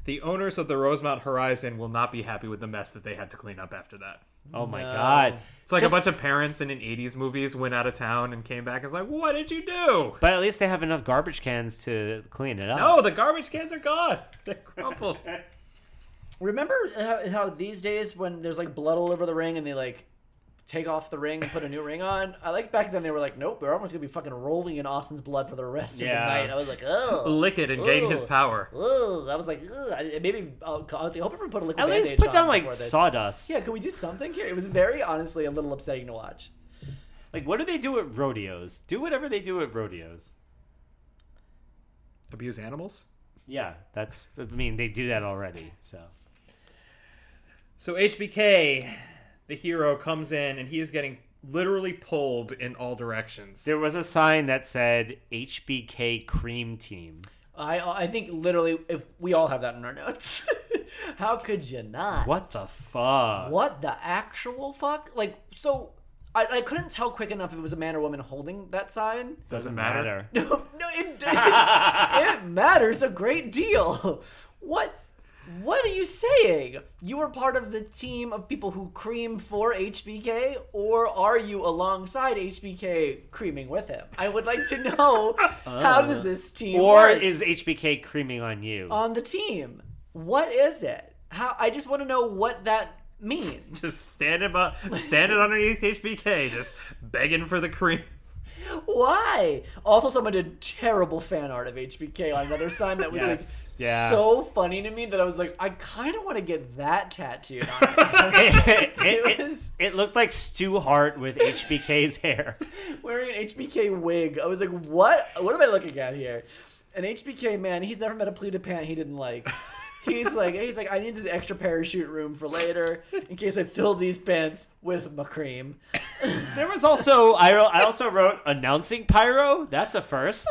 The owners of the Rosemount Horizon will not be happy with the mess that they had to clean up after that.
Oh my god.
It's like a bunch of parents in an 80s movies went out of town and came back and was like, what did you do?
But at least they have enough garbage cans to clean it up.
No, the garbage cans are gone. They're crumpled.
Remember how, how these days when there's like blood all over the ring and they like take off the ring and put a new ring on? I like back then they were like, nope, we're almost gonna be fucking rolling in Austin's blood for the rest
Yeah.
of the night. I was like, oh.
Lick it and gain his
Ooh.
power.
Ugh, I was like, ugh. I, maybe uh, I'll, I was like, hoping we put a liquid
At least
Band-Aid
put
on
down like
before this.
sawdust.
Yeah, can we do something here? It was very honestly a little upsetting to watch.
Like what do they do at rodeos? Do whatever they do at rodeos.
Abuse animals?
Yeah, that's I mean they do that already. So
So HBK, the hero, comes in and he is getting literally pulled in all directions.
there was a sign that said HBK cream team.
I I think literally if we all have that in our notes. How could you not?
What the fuck?
What the actual fuck? Like so I, I couldn't tell quick enough if it was a man or woman holding that sign.
Doesn't
No, no, it, it, it matters a great deal. What? What are you saying? You were part of the team of people who cream for HBK, or are you alongside HBK creaming with him? I would like to know how does this team
Or
work
is HBK creaming on you?
on the team? What is it? How? I just want to know what that means.
Just standing, bu- standing underneath HBK, just begging for the cream.
Why? Also, someone did terrible fan art of HBK on another sign that was
Yes.
like
Yeah.
so funny to me that I was like, I kind of want to get that tattooed on. me.
it,
It
it-
was-
it looked like Stu Hart with HBK's hair.
Wearing an HBK wig, I was like, what? What am I looking at here? An HBK man, he's never met a pleated pant he didn't like. He's like, he's like, I need this extra parachute room for later in case I fill these pants with my cream.
There was also I, wrote- I also wrote announcing pyro. That's a first.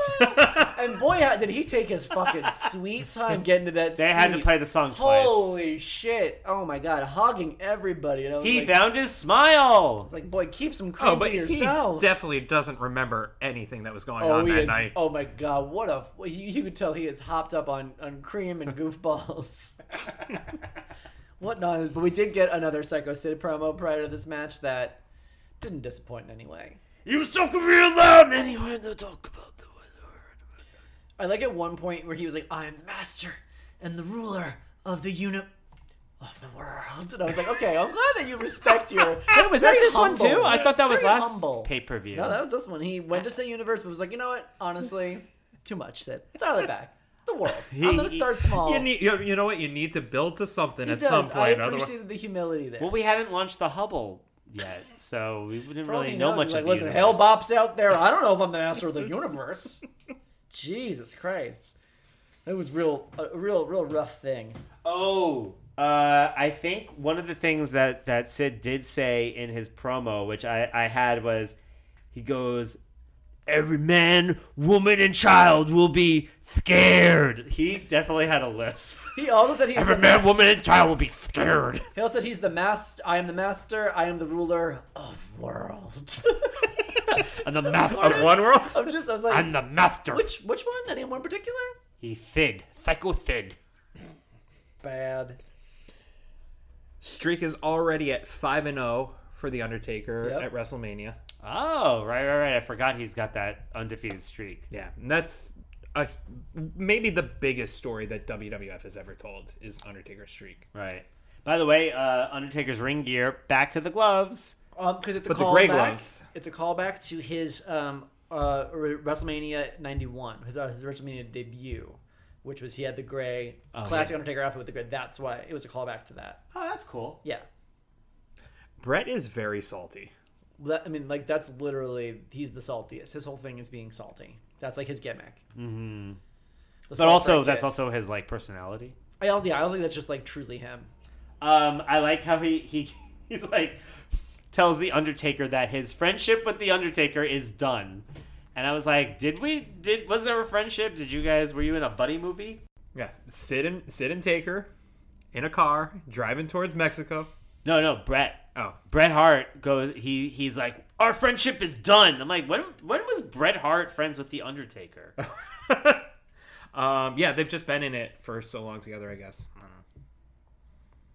And boy, how- did he take his fucking sweet time getting to that.
They had to
seat.
play the song twice.
Holy shit! Oh my god, hogging everybody. And I was
he
like,
found his smile.
it's like, boy, keep some cream
Oh, but
to yourself.
he definitely doesn't remember anything that was going
oh,
on
he
that
is,
night.
oh my god, what a! You, you could tell he is hopped up on on cream and goofballs. what nonsense! But we did get another Psycho Sid promo prior to this match that didn't disappoint in any way.
You was talking real loud, and then he wanted to talk about the weather.
I like at one point where he was like, "I am master and the ruler of the unit." Of the world, and I was like, okay, I'm glad that you respect your.
Wait, was that
Very
this one too?
humble.
I thought that was
Very
last
humble.
pay per view.
No, that was this one. He went to say universe, but was like, you know what? Honestly, too much. Sid, dial it back. The world. I'm gonna start small.
You need, you, you know what? You need to build to something
He
at
does.
some point.
I
otherwise-
appreciated the humility there.
well, we hadn't launched the Hubble yet, so we didn't
For all
really
he
know
knows,
much
he's
of
like,
the
listen,
universe.
hell bops out there. I don't know if I'm the master of the universe. Jesus Christ, it was real, a real, real rough thing.
Oh, uh, I think one of the things that that Sid did say in his promo, which I I had was, he goes, every man, woman, and child will be scared. He definitely had a lisp.
He also said he's
Every
the,
man, woman, and child will be scared.
he also said he's the master. I am the master. I am the ruler of world.
And the master
of one world.
I'm just, I was like,
I'm the master.
which which one? Anyone in particular?
He Sid, psycho Sid.
Bad.
Streak is already at five and zero for the Undertaker
Yep.
at WrestleMania.
Oh, right, right, right. I forgot he's got that undefeated streak.
Yeah, and that's a, maybe the biggest story that WWF has ever told is Undertaker streak.
Right. By the way, uh, Undertaker's ring gear back to the gloves.
Um, because it's a
But the
callback.
Grey Gloves.
It's a callback to his um uh WrestleMania '91, his, uh, his WrestleMania debut, which was he had the gray classic Undertaker outfit with the gray. That's why it was a callback to that.
Oh, that's cool.
Yeah,
Brett is very salty.
That- I mean, like that's literally he's the saltiest. His whole thing is being salty. That's like his gimmick. Mm-hmm.
But also, that's also his like personality.
I also, yeah, I also think that's just like truly him.
Um, I like how he he he's like tells the Undertaker that his friendship with the Undertaker is done. And I was like, did we did was there a friendship? Did you guys were you in a buddy movie?
Yeah, Sid and Sid and Taker in a car driving towards Mexico.
No, no, Brett.
Oh,
Bret Hart goes. He he's like, our friendship is done. I'm like, when when was Bret Hart friends with the Undertaker?
um, yeah, they've just been in it for so long together, I guess. I don't know.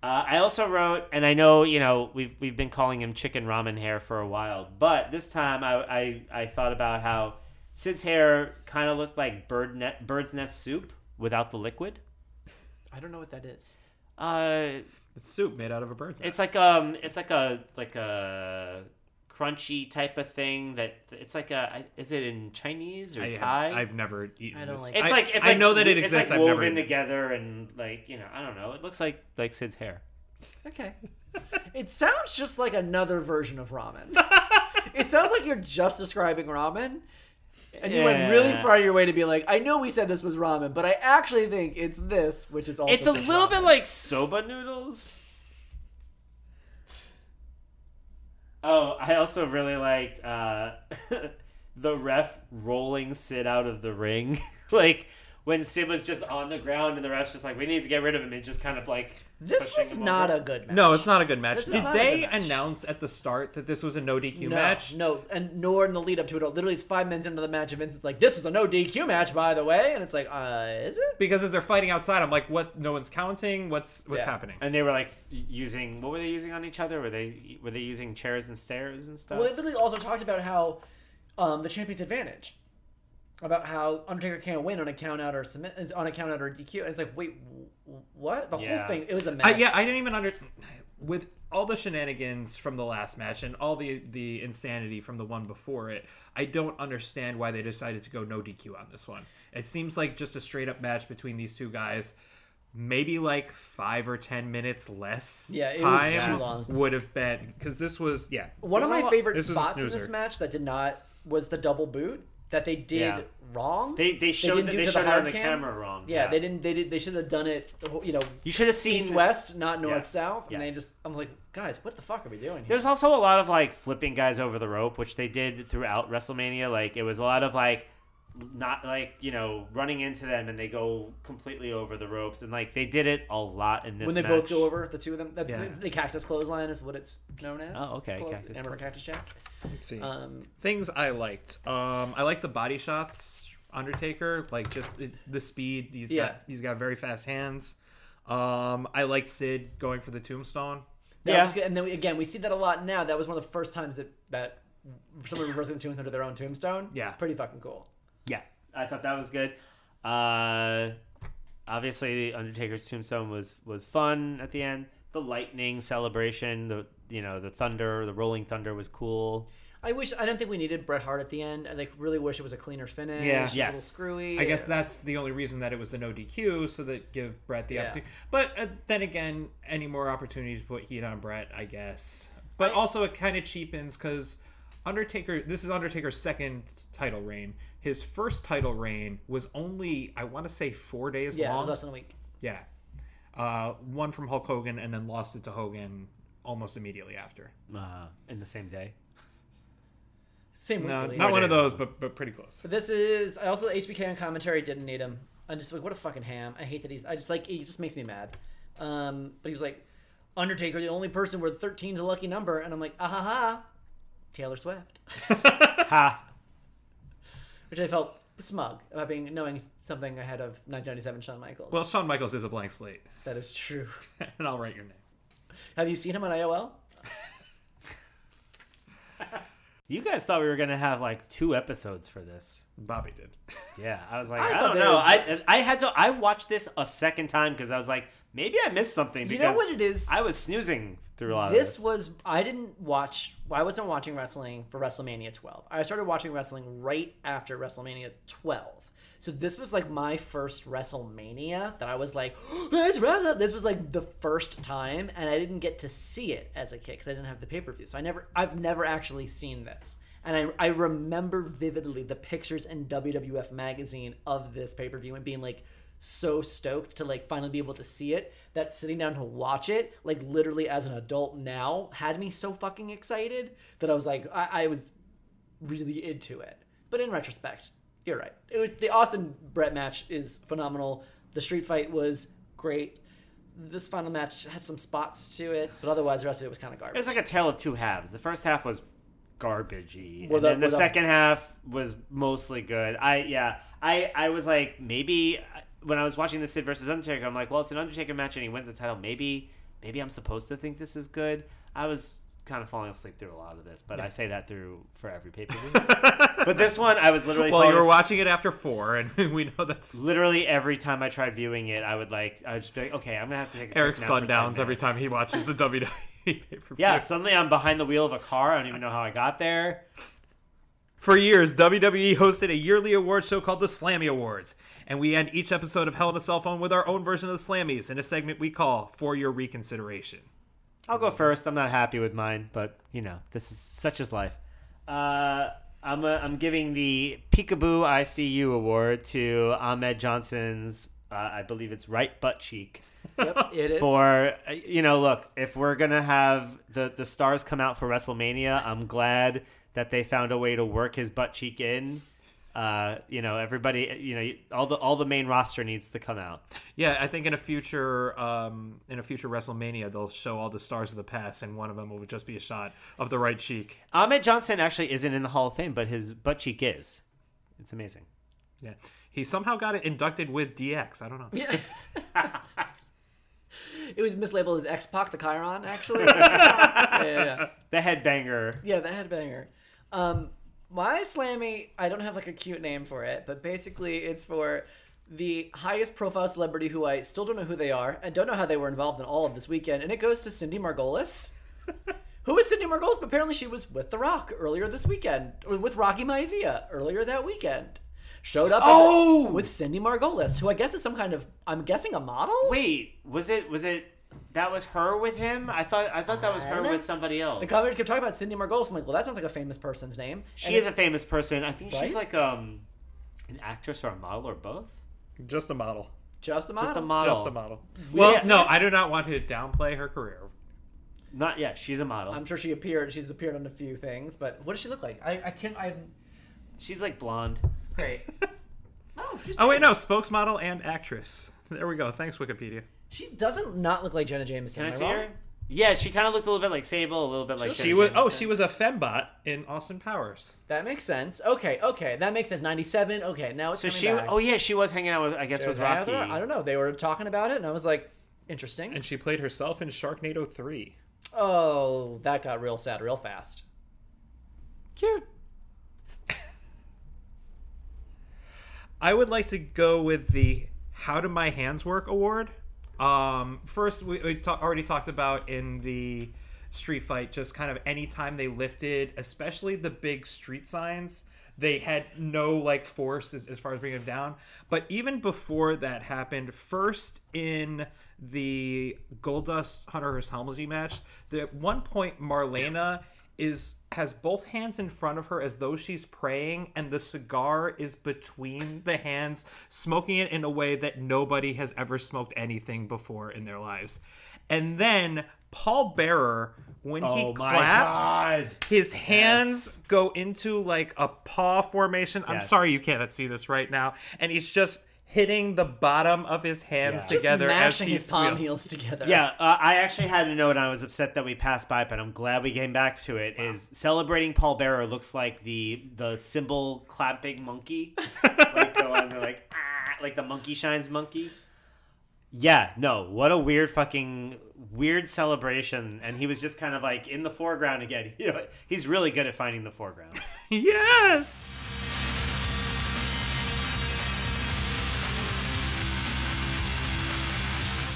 Uh, I also wrote, and I know you know we've we've been calling him Chicken Ramen Hair for a while, but this time I I, I thought about how Sid's hair kind of looked like bird net bird's nest soup without the liquid.
I don't know what that is.
Uh,
It's soup made out of a bird's nest.
it's like um, it's like a like a crunchy type of thing that it's like a is it in Chinese or
I have,
Thai?
I've never eaten.
I don't
this.
like
It's
I,
like it's
I
like,
know that it
it's
exists.
Like
I've
woven
never eaten it.
together and like you know, I don't know. It looks like like Sid's hair.
Okay. it sounds just like another version of ramen. it sounds like you're just describing ramen. And you went really
Yeah.
far out of your way to be like, I know we said this was ramen, but I actually think it's this, which is also
It's a
just
little
ramen."
bit like soba noodles. Oh, I also really liked uh, the ref rolling Sid out of the ring. like when Sid was just on the ground and the ref's just like, we need to get rid of him and just kind of like.
This
pushing
was
him
not
over.
a good match.
No, it's not a good match.
This is
Did
not a
they
good match.
announce at the start that this was a no DQ
no,
match?
No, and nor in the lead up to it. Literally, it's five minutes into the match, and Vince is like, "This is a no DQ match, by the way," and it's like, "Uh, is it?"
Because as they're fighting outside, I'm like, what? No one's counting. What's what's
Yeah.
happening?
And they were like using what were they using on each other? Were they were they using chairs and stairs and stuff?
Well, they literally also talked about how um, the champion's advantage, about how Undertaker can't win on a count out or submit on a count out or DQ. And it's like, wait, w- what? The
Yeah.
whole thing. It was a
I,
mess.
yeah, I didn't even under with all the shenanigans from the last match and all the the insanity from the one before it. I don't understand why they decided to go no DQ on this one. It seems like just a straight up match between these two guys. Maybe like five or ten minutes less
Yeah, it was
time
too long.
would have been because this was yeah.
One of my
Well,
favorite
this was a
spots in this
snoozer.
match that did not was the double boot that they did
Yeah.
wrong.
They they showed
didn't
that
do
they
to
showed it on
hard
the
cam.
camera wrong.
Yeah, they didn't. They did. They should have done it. the whole- You know,
You should have seen
east west, not north
Yes,
south. And they
yes.
just, I'm like, guys, what the fuck are we doing here?
There's also a lot of like flipping guys over the rope, which they did throughout WrestleMania. Like it was a lot of like not like you know running into them and they go completely over the ropes and like they did it a lot in this
when they
match.
both go over the two of them. That's
Yeah.
the, the cactus clothesline is what it's known as.
Oh, okay,
Clo-
cactus
Amateur cactus jack.
Let's see.
Um,
Things I liked. Um, I like the body shots. Undertaker, like just the, the speed. He's
Yeah.
got he's got very fast hands. Um, I liked Sid going for the tombstone.
That
Yeah.
was good. And then we, again, we see that a lot now. That was one of the first times that that someone reversing the tombstone to their own tombstone.
Yeah.
pretty fucking cool.
Yeah, I thought that was good. Uh, obviously, the Undertaker's tombstone was was fun at the end. The lightning celebration, the you know the thunder, the rolling thunder was cool.
I wish I don't think we needed Bret Hart at the end. I like really wish it was a cleaner finish.
Yeah.
a little
Yes.
screwy.
I guess that's the only reason that it was the no DQ, so that give Brett the
Yeah.
opportunity. But uh, then again, any more opportunity to put heat on Brett, I guess. But also, it kind of cheapens because Undertaker. This is Undertaker's second title reign. His first title reign was only, I want to say, four days
yeah, it
long.
was less than a week.
Yeah, uh, one from Hulk Hogan, and then lost it to Hogan almost immediately after.
Uh, in the same day.
Same week.
No,
really.
Uh, not one of
days.
those, but but pretty close.
So this is I also HBK on commentary didn't need him. I'm just like what a fucking ham. I hate that he's I just like he just makes me mad. Um, but he was like Undertaker, the only person where 13's a lucky number, and I'm like ah ha ha, Taylor Swift,
Ha.
which I felt smug about being knowing something ahead of 1997 Shawn Michaels.
Well, Shawn Michaels is a blank slate,
that is true.
and I'll write your name.
Have you seen him on IOL?
You guys thought we were gonna have like two episodes for this.
Bobby did.
Yeah, I was like,
I
I,
thought
don't
there
know.
was-
I I had to. I watched this a second time because I was like, maybe I missed something.
You
Because
know what it is?
I was snoozing through a lot of
this
this.
was I didn't watch. I wasn't watching wrestling for WrestleMania 12. I started watching wrestling right after WrestleMania 12. So this was like my first WrestleMania that I was like, "It's wrestle-" This was like the first time, and I didn't get to see it as a kid because I didn't have the pay per view. So I never, I've never actually seen this, and I, I remember vividly the pictures in WWF magazine of this pay per view and being like, so stoked to like finally be able to see it that sitting down to watch it like literally as an adult now had me so fucking excited that i was like i, I was really into it but in retrospect you're right it was, the austin brett match is phenomenal the street fight was great this final match had some spots to it but otherwise the rest of it was kind of
It
garbage
was like a tale of two halves. The first half was garbagey,
Was
and
that-
then the
was that-
second half was mostly good. I yeah, I I was like maybe when I was watching the Sid versus Undertaker, I'm like, well, it's an Undertaker match and he wins the title. Maybe maybe I'm supposed to think this is good. I was kind of falling asleep through a lot of this, but I say that through for every pay per view. but this one, I was literally
Well,
falling
you were
asleep-
watching it after four, and we know that's
Literally every time I tried viewing it, I would like I would just be like, okay, I'm gonna have to take a
Eric
break now for 10
sundowns every
minutes.
time he watches the WWE pay-per-view.
Yeah, suddenly I'm behind the wheel of a car. I don't even know how I got there.
For years, WWE hosted a yearly award show called the Slammy Awards, and we end each episode of Hell in a Cell Phone with our own version of the Slammies in a segment we call For Your Reconsideration.
I'll go first. I'm not happy with mine, but you know, this is such is life. Uh, I'm uh, I'm giving the Peekaboo ICU award to Ahmed Johnson's. Uh, I believe it's right butt cheek.
yep, it is
For uh, you know, look, if we're gonna have the the stars come out for WrestleMania, I'm glad that they found a way to work his butt cheek in. Uh, you know, everybody, you know, all the all the main roster needs to come out.
Yeah, I think in a future um, in a future WrestleMania, they'll show all the stars of the past, and one of them will just be a shot of the right cheek.
Ahmed Johnson actually isn't in the Hall of Fame, but his butt cheek is. It's amazing.
Yeah, he somehow got it inducted with DX. I don't know.
Yeah. it was mislabeled as x-pac the chiron actually yeah, yeah, yeah.
The headbanger.
Yeah, the headbanger. Um, my slammy, I don't have like a cute name for it, but basically it's for the highest profile celebrity who I still don't know who they are and don't know how they were involved in all of this weekend, and it goes to Cindy Margolis. who is Cindy Margolis? But apparently she was with The Rock earlier this weekend, or with Rocky Maivia earlier that weekend. Showed up oh! with Cindy Margolis, who I guess is some kind of, I'm guessing a model?
Wait, was it was it that was her with him? I thought I thought that was her
don't know.
with somebody else.
The commentators kept talking about Cindy Margolis. I'm like, well, that sounds like a famous person's name.
she
And
is a famous person. I think
Right?
she's like um an actress or a model or both.
Just a model.
just a model.
Just a model.
model. Well,
Yeah.
no, I do not want to downplay her career.
Not yeah, she's a model.
I'm sure she appeared. She's appeared on a few things, but what does she look like? I, I can't. I'm
she's like blonde.
great. no, she's,
Oh wait, no, spokesmodel and actress. There we go. Thanks, Wikipedia.
she doesn't not look like Jenna Jameson.
Can I
am
see
wrong?
her? Yeah, she kind of looked a little bit like Sable, a little bit like
She
Sarah
was
Jane.
oh, she was a fembot in Austin Powers.
That makes sense. Okay, okay, that makes sense. Ninety-seven. Okay, now it's
So
coming
she
back.
oh yeah, she was hanging out with I guess
It was
with Rocky.
Rocky. I don't know. They were talking about it, and I was like, interesting.
And she played herself in Sharknado 3.
oh, that got real sad real fast.
Cute. I would like to go with the How Do My Hands Work award. Um, first, we, we ta- already talked about in the street fight, just kind of anytime they lifted, especially the big street signs, they had no like force as, as far as bringing them down. But even before that happened, first in the Goldust Hunter vs. Helmsley match, that at one point Marlena is has both hands in front of her as though she's praying and the cigar is between the hands smoking it in a way that nobody has ever smoked anything before in their lives and then paul bearer when he
Oh my
claps
God.
his hands go into like a paw formation i'm
Yes.
sorry you cannot see this right now and he's just hitting the bottom of his hands
Yeah.
together
Just
as
mashing
he
his palm
squeals.
heels together.
Yeah, uh, I actually had a note. I was upset that we passed by, but I'm glad we came back to it. Is celebrating Paul Bearer looks like the the symbol clapping monkey, like the one that like ah, like the monkey shines monkey. Yeah, no, what a weird fucking weird celebration, and he was just kind of like in the foreground again. He's really good at finding the foreground.
yes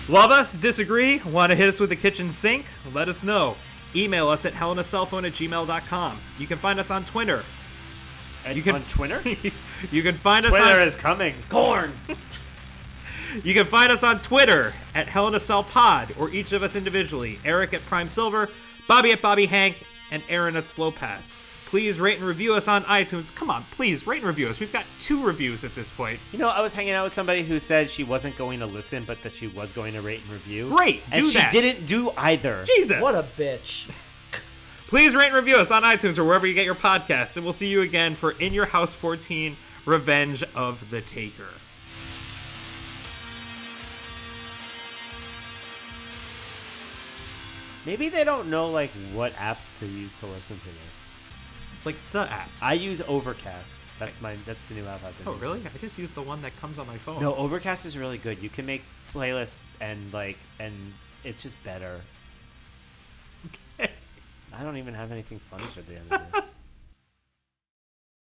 Love us, disagree, want to hit us with the kitchen sink? Let us know. Email us at helenaCellphone at gmail.com. You can find us on Twitter.
And
You can-
on Twitter,
You can find us
Twitter
on
is coming.
Corn.
You can find us on Twitter at Hell in a Cell Pod, or each of us individually. Eric at Prime Silver, Bobby at Bobby Hank, and Aaron at Slow Pass. Please rate and review us on iTunes. Come on, please rate and review us. We've got two reviews at this point.
You know, I was hanging out with somebody who said she wasn't going to listen, but that she was going to rate and review.
Great,
and
do
she
that.
didn't do either.
Jesus!
What a bitch.
Please rate and review us on iTunes or wherever you get your podcasts, and we'll see you again for In Your House 14 Revenge of the Taker.
Maybe they don't know like what apps to use to listen to this.
Like the apps.
I use Overcast. That's my that's the new app I've been.
Oh,
using.
really? I just use the one that comes on my phone.
No, Overcast is really good. You can make playlists and like and it's just better. I don't even have anything funny for the end of this.